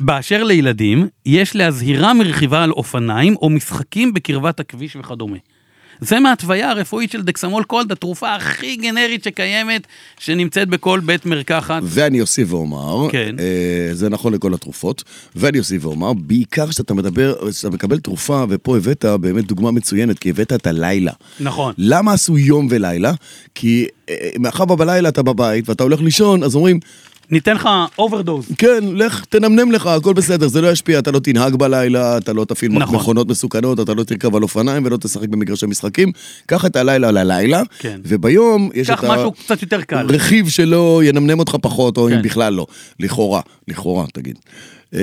Speaker 2: באשר לילדים, יש להזהירה מרכיבה על אופניים או משחקים בקרבת הכביש וכדומה. זה מההתוויה הרפואית של דקסמול קולד, התרופה הכי גנרית שקיימת, שנמצאת בכל בית מרקחת.
Speaker 1: ואני אוסיף ואומר,
Speaker 2: כן.
Speaker 1: אה, זה נכון לכל התרופות, ואני אוסיף ואומר, בעיקר כשאתה מדבר, כשאתה מקבל תרופה, ופה הבאת באמת דוגמה מצוינת, כי הבאת את הלילה.
Speaker 2: נכון.
Speaker 1: למה עשו יום ולילה? כי אה, מאחר ובלילה אתה בבית ואתה הולך לישון, אז אומרים,
Speaker 2: ניתן לך אוברדוז.
Speaker 1: כן, לך, תנמנם לך, הכל בסדר, זה לא ישפיע, אתה לא תנהג בלילה, אתה לא תפעיל
Speaker 2: נכון.
Speaker 1: מכונות מסוכנות, אתה לא תרכב על אופניים ולא תשחק במגרשי משחקים. קח את הלילה ללילה,
Speaker 2: כן.
Speaker 1: וביום יש את
Speaker 2: קח משהו קצת יותר קל.
Speaker 1: רכיב שלא ינמנם אותך פחות, או אם
Speaker 2: כן.
Speaker 1: בכלל לא. לכאורה, לכאורה, תגיד. אה,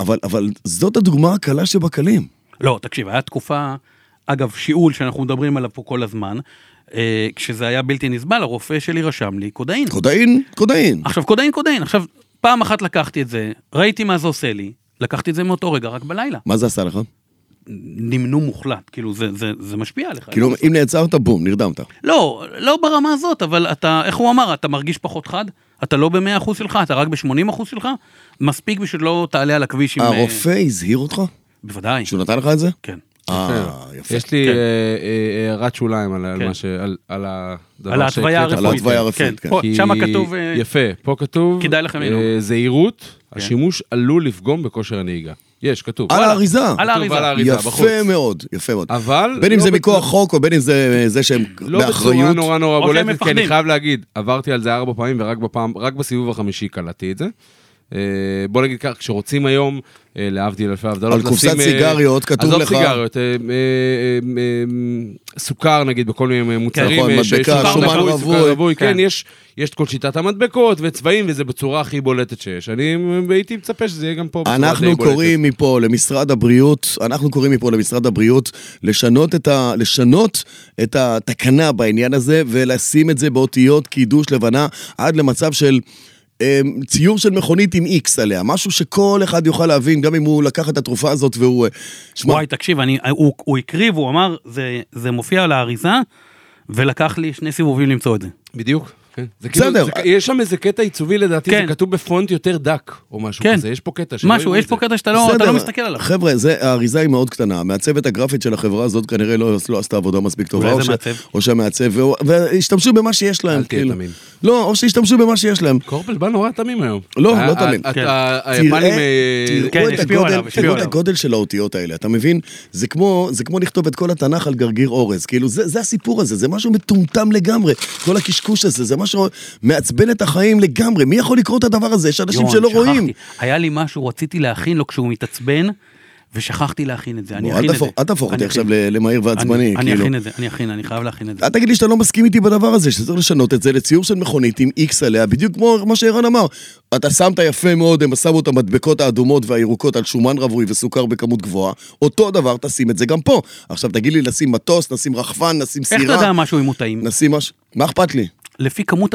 Speaker 1: אבל, אבל זאת הדוגמה הקלה שבקלים.
Speaker 2: לא, תקשיב, היה תקופה, אגב, שיעול שאנחנו מדברים עליו פה כל הזמן, אה, כשזה היה בלתי נסבל, הרופא שלי רשם לי קודאין.
Speaker 1: קודאין, קודאין.
Speaker 2: עכשיו, קודאין, קודאין. עכשיו, פעם אחת לקחתי את זה, ראיתי מה זה עושה לי, לקחתי את זה מאותו רגע, רק בלילה.
Speaker 1: מה זה עשה לך?
Speaker 2: נמנום מוחלט, כאילו, זה, זה, זה משפיע עליך.
Speaker 1: כאילו, אם נעצרת, בום, נרדמת.
Speaker 2: לא, לא ברמה הזאת, אבל אתה, איך הוא אמר, אתה מרגיש פחות חד? אתה לא ב-100% שלך, אתה רק ב-80% שלך? מספיק בשביל לא תעלה על הכביש עם... אה,
Speaker 1: הרופא הזהיר אותך?
Speaker 2: בוודאי,
Speaker 1: שהוא נתן לך את זה?
Speaker 2: כן.
Speaker 1: אה, יפה.
Speaker 3: יש לי
Speaker 2: כן.
Speaker 3: אה, אה, הערת שוליים על- על
Speaker 2: כן.
Speaker 3: מה ש... על- על הדבר
Speaker 2: על ההתוויה
Speaker 3: שהקראת.
Speaker 1: על
Speaker 2: הרפואית.
Speaker 1: ההתוויה הרפואית, כן.
Speaker 2: פה,
Speaker 3: לא כי-
Speaker 2: שמה כתוב... אה,
Speaker 3: יפה, פה כתוב...
Speaker 2: כדאי לכם כן.
Speaker 3: אה,
Speaker 2: לנהוג.
Speaker 3: זהירות, השימוש עלול לפגום בכושר הנהיגה. יש, כתוב.
Speaker 1: על
Speaker 3: וואלה.
Speaker 1: האריזה.
Speaker 2: על
Speaker 3: כתוב
Speaker 2: האריזה.
Speaker 3: על האריזה, בחוץ.
Speaker 1: יפה מאוד, יפה מאוד.
Speaker 3: אבל...
Speaker 1: בין אם
Speaker 3: לא
Speaker 1: זה
Speaker 3: בצורה-
Speaker 1: מכוח חוק, או בין אם זה זה שהם
Speaker 3: לא בצורה
Speaker 1: באחריות.
Speaker 3: נורא נורא
Speaker 2: או שהם
Speaker 3: בולטת, כי אני
Speaker 2: מפחדים.
Speaker 3: חייב להגיד, עברתי על זה ארבע פעמים, ורק בפעם, רק בסיבוב החמישי קלטתי את זה. אה, בוא נגיד כך, כשרוצים היום, אה, להבדיל אלפי הבדלות,
Speaker 1: על קופסת
Speaker 3: לשים, אה,
Speaker 1: סיגריות כתוב
Speaker 3: עזוב
Speaker 1: לך-
Speaker 3: סיגריות, אה, אה, אה, אה, סוכר נגיד, בכל מיני מוצרים.
Speaker 1: נכון,
Speaker 3: אה,
Speaker 1: מדבקה,
Speaker 3: שיש סוכר
Speaker 2: שומן
Speaker 3: נקוי, סוכר
Speaker 1: רווי.
Speaker 3: רווי, כן,
Speaker 2: כן.
Speaker 3: יש יש את כל שיטת המדבקות וצבעים, וזה בצורה הכי בולטת שיש. אני אה, הייתי מצפה שזה יהיה גם פה בצורה די בולטת.
Speaker 1: אנחנו קוראים מפה למשרד הבריאות, אנחנו קוראים מפה למשרד הבריאות לשנות את, ה, לשנות את התקנה בעניין הזה ולשים את זה באותיות קידוש לבנה עד למצב של אה, ציור של מכונית עם איקס עליה, משהו שכל אחד יוכל להבין, גם אם הוא לקח את התרופה הזאת והוא... אה, שמע,
Speaker 2: וואי, תקשיב, אני, הוא, הוא הקריב, הוא אמר, זה, זה מופיע על האריזה, ולקח לי שני סיבובים למצוא את זה.
Speaker 3: בדיוק. כן. זה
Speaker 1: בסדר.
Speaker 3: כאילו, זה, יש שם איזה קטע עיצובי לדעתי,
Speaker 2: כן.
Speaker 3: זה כתוב בפונט יותר דק, או משהו
Speaker 2: כן.
Speaker 3: כזה, יש פה קטע שלא
Speaker 2: משהו,
Speaker 3: יראו
Speaker 2: יש
Speaker 3: את
Speaker 2: פה
Speaker 3: זה.
Speaker 2: קטע שאתה לא, אתה לא מסתכל עליו.
Speaker 1: חבר'ה, זה, האריזה היא מאוד קטנה. המעצבת הגרפית של החברה הזאת כנראה לא, לא עשתה עבודה מספיק טובה.
Speaker 2: אולי
Speaker 1: או
Speaker 2: זה מעצב.
Speaker 1: או שהמעצב, והוא- והשתמשו במה שיש להם.
Speaker 3: אל תהיה
Speaker 1: כאילו.
Speaker 3: תמים.
Speaker 1: לא, או שהשתמשו במה שיש להם.
Speaker 3: קורפל בא נורא תמים היום. אה,
Speaker 1: לא,
Speaker 3: ה-
Speaker 1: לא
Speaker 3: ה-
Speaker 1: תמים.
Speaker 3: ה-
Speaker 2: כן.
Speaker 3: ה- היפנים... אה,
Speaker 1: תראה,
Speaker 2: כן,
Speaker 1: תראו את
Speaker 2: השפיעו
Speaker 1: הגודל-
Speaker 2: עליו, השפיעו
Speaker 1: תראו את
Speaker 2: עליו.
Speaker 1: הגודל של האותיות האלה, אתה מבין? זה כמו, זה כמו לכתוב את כל התנ"ך על גרגיר אורז, כאילו זה, זה הסיפור הזה, זה משהו מטומטם לגמרי, כל הקשקוש הזה, זה משהו מעצבן את החיים לגמרי, מי יכול לקרוא את הדבר הזה? יש אנשים
Speaker 2: יואו,
Speaker 1: שלא
Speaker 2: שכחתי.
Speaker 1: רואים.
Speaker 2: היה לי משהו, רציתי להכין לו כשהוא מתעצבן, ושכחתי להכין את זה. אני
Speaker 1: בוא,
Speaker 2: אכין
Speaker 1: אל
Speaker 2: את זה.
Speaker 1: תהפוך- אל תהפוך אותי
Speaker 2: אני
Speaker 1: עכשיו
Speaker 2: אכין.
Speaker 1: ל- למהיר ועצבני,
Speaker 2: אני- אני
Speaker 1: כאילו.
Speaker 2: אכין את זה, אני אכין, אני חייב להכין את זה.
Speaker 1: אל תגיד לי שאתה לא מסכים איתי בדבר הזה, שצריך לשנות את זה לציור של מכונית עם איקס עליה, בדיוק כמו מה שערן אמר. אתה שמת יפה מאוד, הם שמו את המדבקות האדומות והירוקות על שומן רווי וסוכר בכמות גבוהה, אותו דבר תשים את זה גם פה. עכשיו תגיד לי, נשים מטוס, נשים רחפן, נשים
Speaker 2: איך אתה
Speaker 1: סירה,
Speaker 2: יודע משהו אם הוא טעים?
Speaker 1: נשים משהו, מה אכפת לי?
Speaker 2: לפי כמות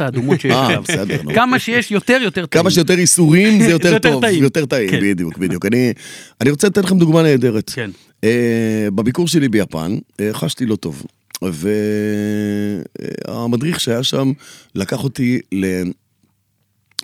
Speaker 2: האדומות שיש
Speaker 1: אה,
Speaker 2: עליו.
Speaker 1: בסדר, נו.
Speaker 2: כמה שיש יותר, יותר טעים.
Speaker 1: כמה שיותר איסורים זה
Speaker 2: זה
Speaker 1: יותר
Speaker 2: יותר
Speaker 1: טוב,
Speaker 2: טעים.
Speaker 1: יותר טעים,
Speaker 2: כן.
Speaker 1: בדיוק, בדיוק. אני- אני רוצה לתת לכם דוגמה נהדרת.
Speaker 2: כן.
Speaker 1: אה, בביקור שלי ביפן, אה, חשתי לא טוב. והמדריך שהיה שם לקח אותי ל-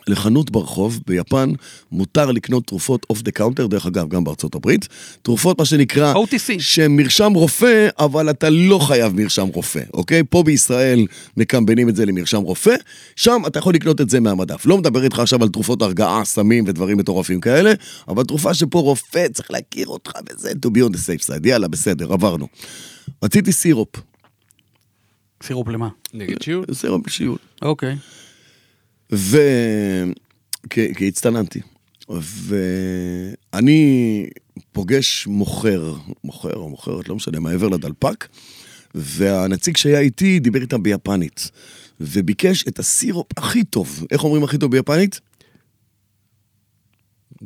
Speaker 1: לחנות ברחוב ביפן, מותר לקנות תרופות אוף דה קאונטר, דרך אגב, גם בארצות הברית. תרופות, מה שנקרא...
Speaker 2: OTC.
Speaker 1: שהן מרשם רופא, אבל אתה לא חייב מרשם רופא, אוקיי? פה בישראל מקמבנים את זה למרשם רופא, שם אתה יכול לקנות את זה מהמדף. לא מדבר איתך עכשיו על תרופות הרגעה, סמים ודברים מטורפים כאלה, אבל תרופה שפה רופא צריך להכיר אותך וזה, to be on the safe side, יאללה, בסדר, עברנו. רציתי סירופ,
Speaker 2: סירופ למה?
Speaker 3: נגד שיעור?
Speaker 1: סירופ שיעול.
Speaker 2: אוקיי.
Speaker 1: ו... כי, כי הצטננתי. ואני פוגש מוכר, מוכר או מוכרת, לא משנה, מעבר לדלפק, והנציג שהיה איתי דיבר איתם ביפנית, וביקש את הסירופ הכי טוב, איך אומרים הכי טוב ביפנית?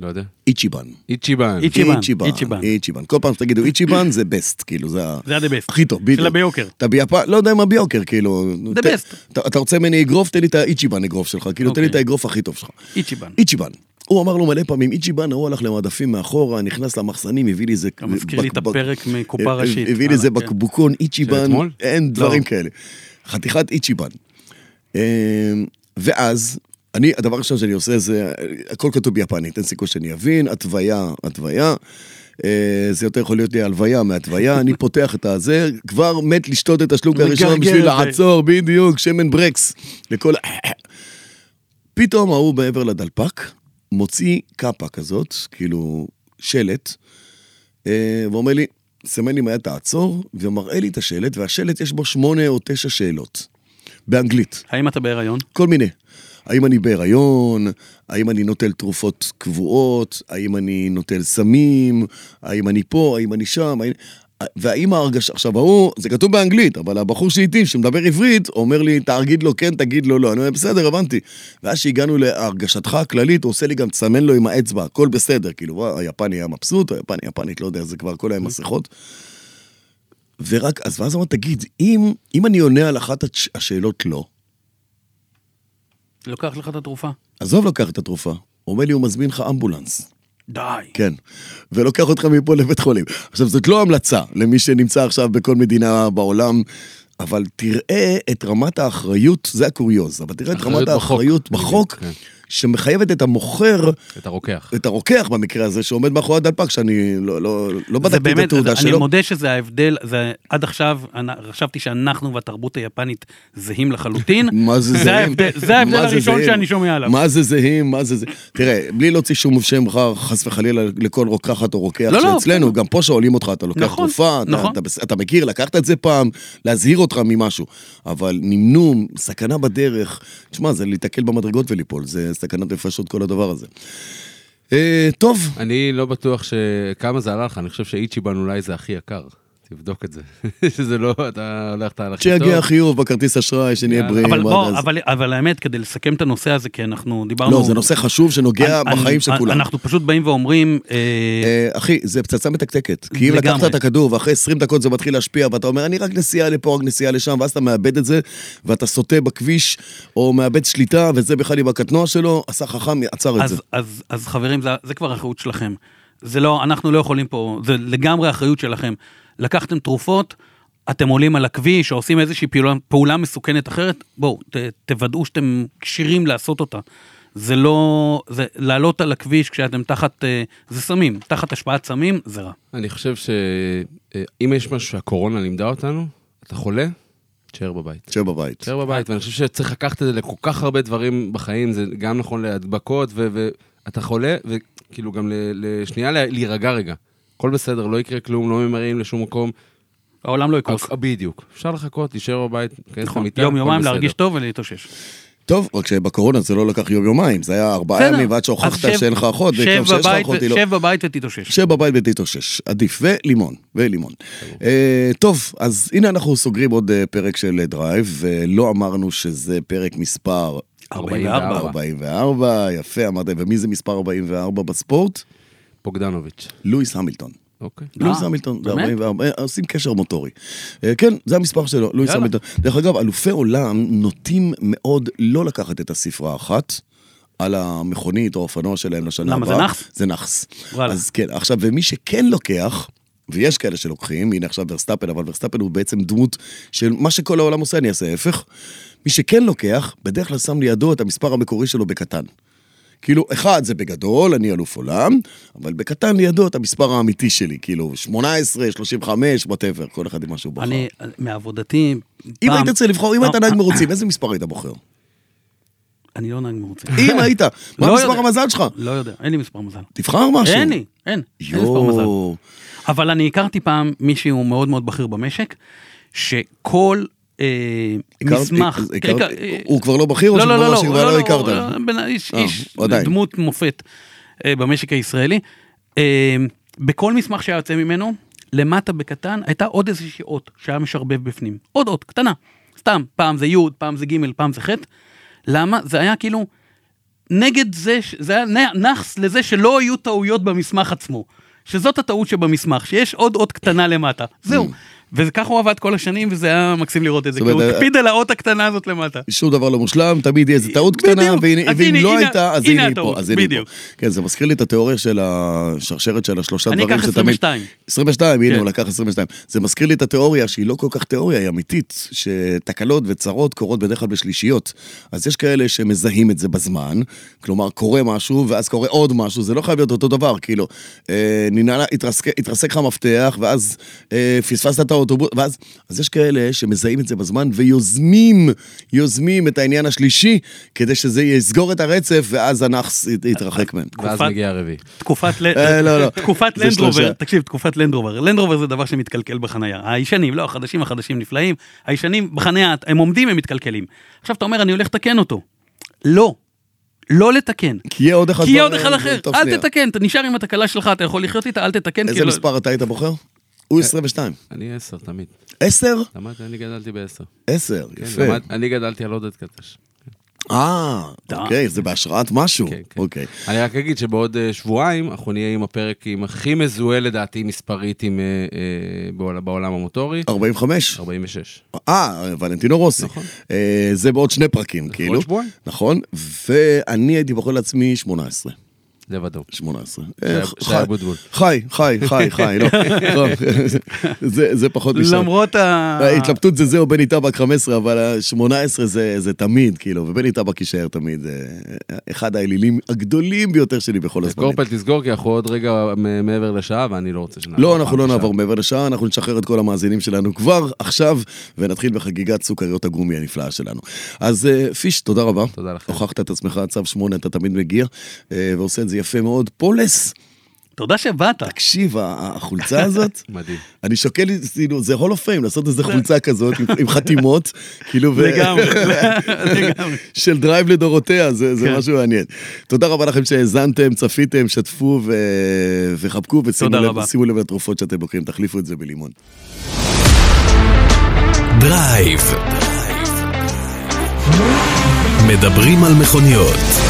Speaker 3: לא יודע.
Speaker 1: איצ'יבן.
Speaker 3: איצ'יבן.
Speaker 2: איצ'יבן,
Speaker 1: איצ'יבן.
Speaker 2: איצ'יבן.
Speaker 1: איצ'יבן. כל פעם שתגידו איצ'יבן זה בסט, כאילו זה ה...
Speaker 2: זה ה-the best.
Speaker 1: הכי טוב, בדיוק.
Speaker 2: הביוקר.
Speaker 1: אתה ביפן, לא יודע מה ביוקר, כאילו.
Speaker 2: The
Speaker 1: ת-
Speaker 2: best.
Speaker 1: אתה- אתה רוצה ממני אגרוף, תן לי את האיצ'יבן אגרוף שלך, כאילו תן לי
Speaker 2: אוקיי.
Speaker 1: את האגרוף הכי טוב שלך.
Speaker 2: איצ'יבן.
Speaker 1: איצ'יבן. הוא אמר לו מלא פעמים, איצ'יבן, ההוא הלך למדפים מאחורה, נכנס למחסנים, הביא לי איזה...
Speaker 2: אתה מזכיר לי את
Speaker 1: בקבק-
Speaker 2: הפרק מקופה
Speaker 1: הביא-
Speaker 2: ראשית.
Speaker 1: הביא לי איזה
Speaker 2: הלאה, כן. לא.
Speaker 1: בקבוקון איצ'יבן,
Speaker 3: אתמול?
Speaker 1: אין דברים כאלה. חתיכת איצ'יבן. אמ, ואז, אני, הדבר הראשון שאני עושה זה, הכל כתוב ביפנית, אין סיכוי שאני אבין, התוויה, התוויה. אה, זה יותר יכול להיות לי הלוויה מהתוויה, אני פותח את הזה, כבר מת לשתות את השלוק הראשון
Speaker 2: מגרגר
Speaker 1: בשביל
Speaker 2: את זה.
Speaker 1: לעצור, בדיוק, שמן ברקס. לכל... ה- פתאום ההוא מעבר לדלפק, מוציא קאפה כזאת, כאילו שלט, אה, ואומר לי, סמן לי מהיד תעצור, ומראה לי את השלט, והשלט יש בו שמונה או תשע שאלות, באנגלית.
Speaker 2: האם אתה בהיריון?
Speaker 1: כל מיני. האם אני בהיריון, האם אני נוטל תרופות קבועות, האם אני נוטל סמים, האם אני פה, האם אני שם, האם... והאם ההרגשה, עכשיו ההוא, זה כתוב באנגלית, אבל הבחור שאיתי, שמדבר עברית, אומר לי, תגיד לו כן, תגיד לו לא. אני אומר, בסדר, הבנתי. ואז שהגענו להרגשתך הכללית, הוא עושה לי גם, תסמן לו עם האצבע, הכל בסדר. כאילו, וואי, היפני היה מבסוט, היפני, היפנית, לא יודע, זה כבר כל היום מסכות. ורק, אז ואז אמרתי, תגיד, אם, אם אני עונה על אחת הש- השאלות לא,
Speaker 2: לוקח לך את התרופה.
Speaker 1: עזוב, לוקח את התרופה. הוא אומר לי, הוא מזמין לך אמבולנס.
Speaker 2: די.
Speaker 1: כן. ולוקח אותך מפה לבית חולים. עכשיו, זאת לא המלצה למי שנמצא עכשיו בכל מדינה בעולם, אבל תראה את רמת האחריות, זה הקוריוז, אבל תראה את רמת
Speaker 3: אחריות בחוק.
Speaker 1: האחריות בחוק,
Speaker 3: כן.
Speaker 1: שמחייבת את המוכר,
Speaker 3: אתה רוקח.
Speaker 1: את הרוקח במקרה הזה, שעומד מאחורי הדלפק, שאני לא, לא, לא
Speaker 2: זה
Speaker 1: בדקתי את
Speaker 2: באמת,
Speaker 1: התעודה
Speaker 2: זה-
Speaker 1: שלו.
Speaker 2: אני מודה שזה ההבדל, זה עד עכשיו, אני- חשבתי שאנחנו והתרבות היפנית זהים לחלוטין.
Speaker 1: מה זה זהים?
Speaker 2: ההבדל- זה ההבדל
Speaker 1: מה
Speaker 2: הראשון
Speaker 1: זהים?
Speaker 2: שאני שומע עליו.
Speaker 1: מה זה זהים? מה זה זה? תראה, בלי להוציא שום שם רע, חס וחלילה, לכל רוקחת או רוקח
Speaker 2: לא, לא.
Speaker 1: שאצלנו, גם פה שואלים אותך, אתה לוקח
Speaker 2: נכון,
Speaker 1: תרופה, אתה-
Speaker 2: נכון.
Speaker 1: אתה בס- אתה מכיר, לקחת את זה פעם, להזהיר אותך ממשהו. אבל נמנום, סכנה בדרך, תשמע, זה להיתקל במדרגות וליפול, זה סכנת נפשות כל הדבר הזה. אה, טוב,
Speaker 3: אני לא בטוח שכמה זה עלה לך, אני חושב שאיצ'יבן אולי זה הכי יקר. תבדוק את זה. שזה לא, אתה הולך אתה על הכי טוב.
Speaker 1: כשיגיע החיוב בכרטיס אשראי, שנהיה
Speaker 3: יאללה.
Speaker 1: בריאים.
Speaker 2: אבל
Speaker 1: עד
Speaker 2: בוא,
Speaker 1: אז.
Speaker 2: אבל- אבל האמת, כדי לסכם את הנושא הזה, כי אנחנו דיברנו...
Speaker 1: לא, זה נושא חשוב שנוגע
Speaker 2: אנ-
Speaker 1: בחיים של
Speaker 2: אנ-
Speaker 1: כולם.
Speaker 2: אנחנו פשוט באים ואומרים, אה,
Speaker 1: אה, אחי, זה פצצה מתקתקת. כי אם
Speaker 2: לגמרי.
Speaker 1: לקחת את הכדור ואחרי 20 דקות זה מתחיל להשפיע, ואתה אומר, אני רק נסיעה לפה, רק נסיעה לשם, ואז אתה מאבד את זה, ואתה סוטה בכביש, או מאבד שליטה, וזה בכלל עם הקטנוע שלו, עשה חכם, עצר את זה.
Speaker 2: אז, אז, אז חברים, זה, זה כבר אחריות שלכם. זה לא, אנחנו לא יכולים פה, זה לגמרי אחריות שלכם. לקחתם תרופות, אתם עולים על הכביש, או עושים איזושהי פעולה, פעולה מסוכנת אחרת, בואו, ת, תוודאו שאתם כשירים לעשות אותה. זה לא, זה לעלות על הכביש כשאתם תחת, אה, זה סמים, תחת השפעת סמים, זה רע.
Speaker 3: אני חושב שאם יש משהו שהקורונה לימדה אותנו, אתה חולה, תשאר בבית.
Speaker 1: תשב בבית.
Speaker 3: תשאר בבית, ואני חושב שצריך לקחת את זה לכל כך הרבה דברים בחיים, זה גם נכון להדבקות, ואתה חולה, וכאילו גם ל- לשנייה לה- להירגע רגע. הכל בסדר, לא יקרה כלום, לא ממראים לשום מקום.
Speaker 2: העולם לא יקרוס.
Speaker 3: הכ- בדיוק. אפשר לחכות, להישאר בבית, להיכנס
Speaker 2: נכון,
Speaker 3: למיטה,
Speaker 2: יום
Speaker 3: הכל
Speaker 2: יומיים
Speaker 3: בסדר.
Speaker 2: להרגיש טוב ולהתאושש.
Speaker 1: טוב, רק שבקורונה זה לא לקח יום-יומיים, זה היה ארבעה
Speaker 2: בסדר.
Speaker 1: ימים, ועד
Speaker 2: אז
Speaker 1: שהוכחת
Speaker 2: שב-
Speaker 1: שאין לך אחות,
Speaker 2: שב
Speaker 1: וגם שיש לך
Speaker 2: בבית
Speaker 1: אחות,
Speaker 2: ו-
Speaker 1: היא לא...
Speaker 2: שב בבית ותתאושש.
Speaker 1: שב בבית ותתאושש, עדיף, ולימון, ולימון. אה, טוב, אז הנה אנחנו סוגרים עוד אה, פרק של אה, דרייב, ולא אמרנו שזה פרק מספר
Speaker 2: 44.
Speaker 3: 44.
Speaker 1: 44, יפה אמרת, ומי זה מספר 44 בספורט?
Speaker 3: פוקדנוביץ'.
Speaker 1: לואיס המילטון.
Speaker 3: אוקיי.
Speaker 1: לואיס המילטון, זה
Speaker 2: אה, באמת?
Speaker 1: 44, אה, עושים קשר מוטורי. אה, כן, זה המספר שלו, לואיס
Speaker 3: יאללה.
Speaker 1: המילטון. דרך אגב, אלופי עולם נוטים מאוד לא לקחת את הספרה האחת. על המכונית או האופנוע שלהם לשנה
Speaker 2: למה,
Speaker 1: הבאה.
Speaker 2: זה נאחס?
Speaker 1: זה נאחס.
Speaker 2: וואלה.
Speaker 1: אז כן, עכשיו, ומי שכן לוקח, ויש כאלה שלוקחים, הנה עכשיו ורסטאפן, אבל ורסטאפן הוא בעצם דמות של מה שכל העולם עושה, אני אעשה ההפך. מי שכן לוקח, בדרך כלל שם לידו את המספר המקורי שלו בקטן. כאילו, אחד זה בגדול, אני אלוף עולם, אבל בקטן לידו את המספר האמיתי שלי, כאילו, 18, 35, וואטאבר, כל אחד עם מה שהוא בחר.
Speaker 2: אני, אה, מעבודתי,
Speaker 1: נכון. אם
Speaker 2: פעם- לא.
Speaker 1: היית צריך לבחור, אם היית
Speaker 2: פעם-
Speaker 1: נהג מרוצים, איזה מספר היית בוחר?
Speaker 2: אני לא נהג מרוצה.
Speaker 1: אם היית, מה
Speaker 2: לא
Speaker 1: מספר
Speaker 2: יודע.
Speaker 1: המזל שלך?
Speaker 2: לא יודע, אין לי מספר מזל.
Speaker 1: תבחר משהו.
Speaker 2: אין לי, אין. אין מספר מזל.
Speaker 1: יואו.
Speaker 2: אבל אני הכרתי פעם מישהו מאוד מאוד בכיר במשק, שכל אה,
Speaker 1: הכרת-
Speaker 2: מסמך...
Speaker 1: הכרת-
Speaker 2: הכר- אה,
Speaker 1: הוא כבר לא בכיר או שכבר לא- שכבר לא הכרת?
Speaker 2: בן- איש,
Speaker 1: אה,
Speaker 2: איש
Speaker 1: הוא עדיין.
Speaker 2: דמות מופת אה, במשק הישראלי. אה, בכל מסמך שהיה יוצא ממנו, למטה בקטן, הייתה עוד איזושהי אות שהיה משרבב בפנים. עוד אות, קטנה. סתם, פעם זה י', פעם זה ג', פעם זה ח'. למה? זה היה כאילו נגד זה, ש- זה היה נ- נאחס לזה שלא יהיו טעויות במסמך עצמו. שזאת הטעות שבמסמך, שיש עוד אות קטנה למטה. זהו. וככה הוא עבד כל השנים, וזה היה מקסים לראות את זה,
Speaker 1: Mm. זאת
Speaker 2: כי הוא
Speaker 1: אומרת, אה,
Speaker 2: הקפיד על האות הקטנה הזאת למטה.
Speaker 1: שום דבר לא מושלם, תמיד יהיה איזה טעות קטנה,
Speaker 2: בדיוק.
Speaker 1: והנה-
Speaker 2: אז
Speaker 1: ואם
Speaker 2: הנה,
Speaker 1: לא
Speaker 2: הנה-
Speaker 1: הייתה, אז
Speaker 2: הנה
Speaker 1: הנה היא
Speaker 2: הטעות,
Speaker 1: פה, אז הנה היא פה.
Speaker 2: בדיוק.
Speaker 1: כן, זה מזכיר לי את התיאוריה של השרשרת של השלושה
Speaker 2: אני
Speaker 1: דברים
Speaker 2: אקח
Speaker 1: שתמיד...
Speaker 2: 22.
Speaker 1: 22, הנה,
Speaker 2: כן.
Speaker 1: הוא לקח 22. זה מזכיר לי את התיאוריה, שהיא לא כל כך תיאוריה, היא אמיתית, שתקלות וצרות קורות בדרך כלל בשלישיות. אז יש כאלה שמזהים את זה בזמן, כלומר, קורה משהו, ואז קורה עוד משהו, זה לא חייב להיות אותו דבר, כאילו, אה, ננעלה, התרסק, התרסק לך המפתח, ואז אה, פספסת את האוטובוס, ואז... אז יש כאלה שמזהים את זה בזמן ויוזמים, יוזמים את העניין השלישי, כדי שזה יסגור את הרצף, ואז הנאחס ית-
Speaker 2: אה,
Speaker 1: יתרחק מהם.
Speaker 3: ואז
Speaker 2: תקופת-
Speaker 3: מגיע הרביעי.
Speaker 2: תקופת ל-
Speaker 1: אה, לא, לא.
Speaker 2: תקופת
Speaker 1: זה שלושה.
Speaker 2: לנדרובר, תקשיב, תקופת לנדרובר, לנדרובר זה דבר שמתקלקל בחנייה, הישנים, לא החדשים, החדשים נפלאים, הישנים בחנייה, הם עומדים, הם מתקלקלים. עכשיו אתה אומר, אני הולך לתקן אותו. לא, לא לתקן.
Speaker 1: כי יהיה עוד אחד...
Speaker 2: כי יהיה
Speaker 1: ב-
Speaker 2: עוד אחד אחר,
Speaker 1: בתוך
Speaker 2: אל
Speaker 1: אה, שנייה.
Speaker 2: תתקן, אתה נשאר עם התקלה שלך, אתה יכול לחיות איתה, אל
Speaker 3: כן,
Speaker 2: תתקן. כי
Speaker 1: איזה
Speaker 3: כאילו-
Speaker 2: לא-
Speaker 1: מספר אתה היית בוחר?
Speaker 3: אה.
Speaker 1: הוא 22.
Speaker 3: אני עשר תמיד.
Speaker 1: 10?
Speaker 3: למדתי, אני גדלתי בעשר.
Speaker 1: 10,
Speaker 3: כן,
Speaker 1: יפה.
Speaker 3: למד- אני גדלתי על עודד קטש.
Speaker 1: אה,
Speaker 2: אה.
Speaker 1: אוקיי, זה בהשראת משהו.
Speaker 3: כן, כן.
Speaker 1: אוקיי.
Speaker 3: אני רק אגיד שבעוד אה, שבועיים אנחנו נהיה עם הפרק עם הכי מזוהה לדעתי מספרית עם, אה, אה, בעול- בעולם המוטורי,
Speaker 1: אוקיי. 45.
Speaker 3: 46.
Speaker 1: אה, ולנטינו רוסי.
Speaker 3: נכון.
Speaker 1: אה, זה בעוד שני פרקים, כאילו.
Speaker 3: שבועיים.
Speaker 1: נכון. ואני הייתי בוחר לעצמי 18.
Speaker 3: זה ודאו.
Speaker 1: 18.
Speaker 3: שהיה-
Speaker 1: אה,
Speaker 3: שהיה
Speaker 1: חי-
Speaker 3: אבוטבול.
Speaker 1: חי, חי, חי, חי, לא. לא, זה- זה פחות משם.
Speaker 2: למרות ה...
Speaker 1: ההתלבטות זה זה או בני טבק 15, אבל ה-18 זה, זה תמיד, כאילו, ובני טבק יישאר תמיד. זה אחד האלילים הגדולים ביותר שלי בכל הזמנים.
Speaker 3: תסגור פל תסגור, כי אנחנו עוד רגע אה, מ- מעבר לשעה, ואני לא רוצה שנעבור.
Speaker 1: לא, אנחנו
Speaker 3: פעם
Speaker 1: לא
Speaker 3: לשעה.
Speaker 1: נעבור מעבר לשעה, אנחנו נשחרר את כל המאזינים שלנו כבר עכשיו, ונתחיל בחגיגת סוכריות הגומי הנפלאה שלנו. אז אה, פיש, תודה רבה.
Speaker 3: תודה לכם.
Speaker 1: הוכחת את עצמך, צו 8, אתה תמיד מגיע, אה, ועושה את זה יפה מאוד. פולס,
Speaker 2: תודה שבאת.
Speaker 1: תקשיב, ה- ה- החולצה הזאת,
Speaker 3: מדהים.
Speaker 1: אני שוקל, כאילו, זה הול אוף פיים, לעשות איזה חולצה כזאת, עם- עם חתימות, כאילו, ו-
Speaker 2: לגמרי, לגמרי.
Speaker 1: של דרייב לדורותיה, זה, זה
Speaker 2: כן.
Speaker 1: משהו מעניין. תודה רבה לכם שהאזנתם, צפיתם, שתפו ו... וחבקו, ושימו
Speaker 2: תודה
Speaker 1: לב,
Speaker 2: רבה.
Speaker 1: שימו לב לתרופות שאתם בוחרים, תחליפו את זה בלימון.
Speaker 4: דרייב. מדברים על מכוניות.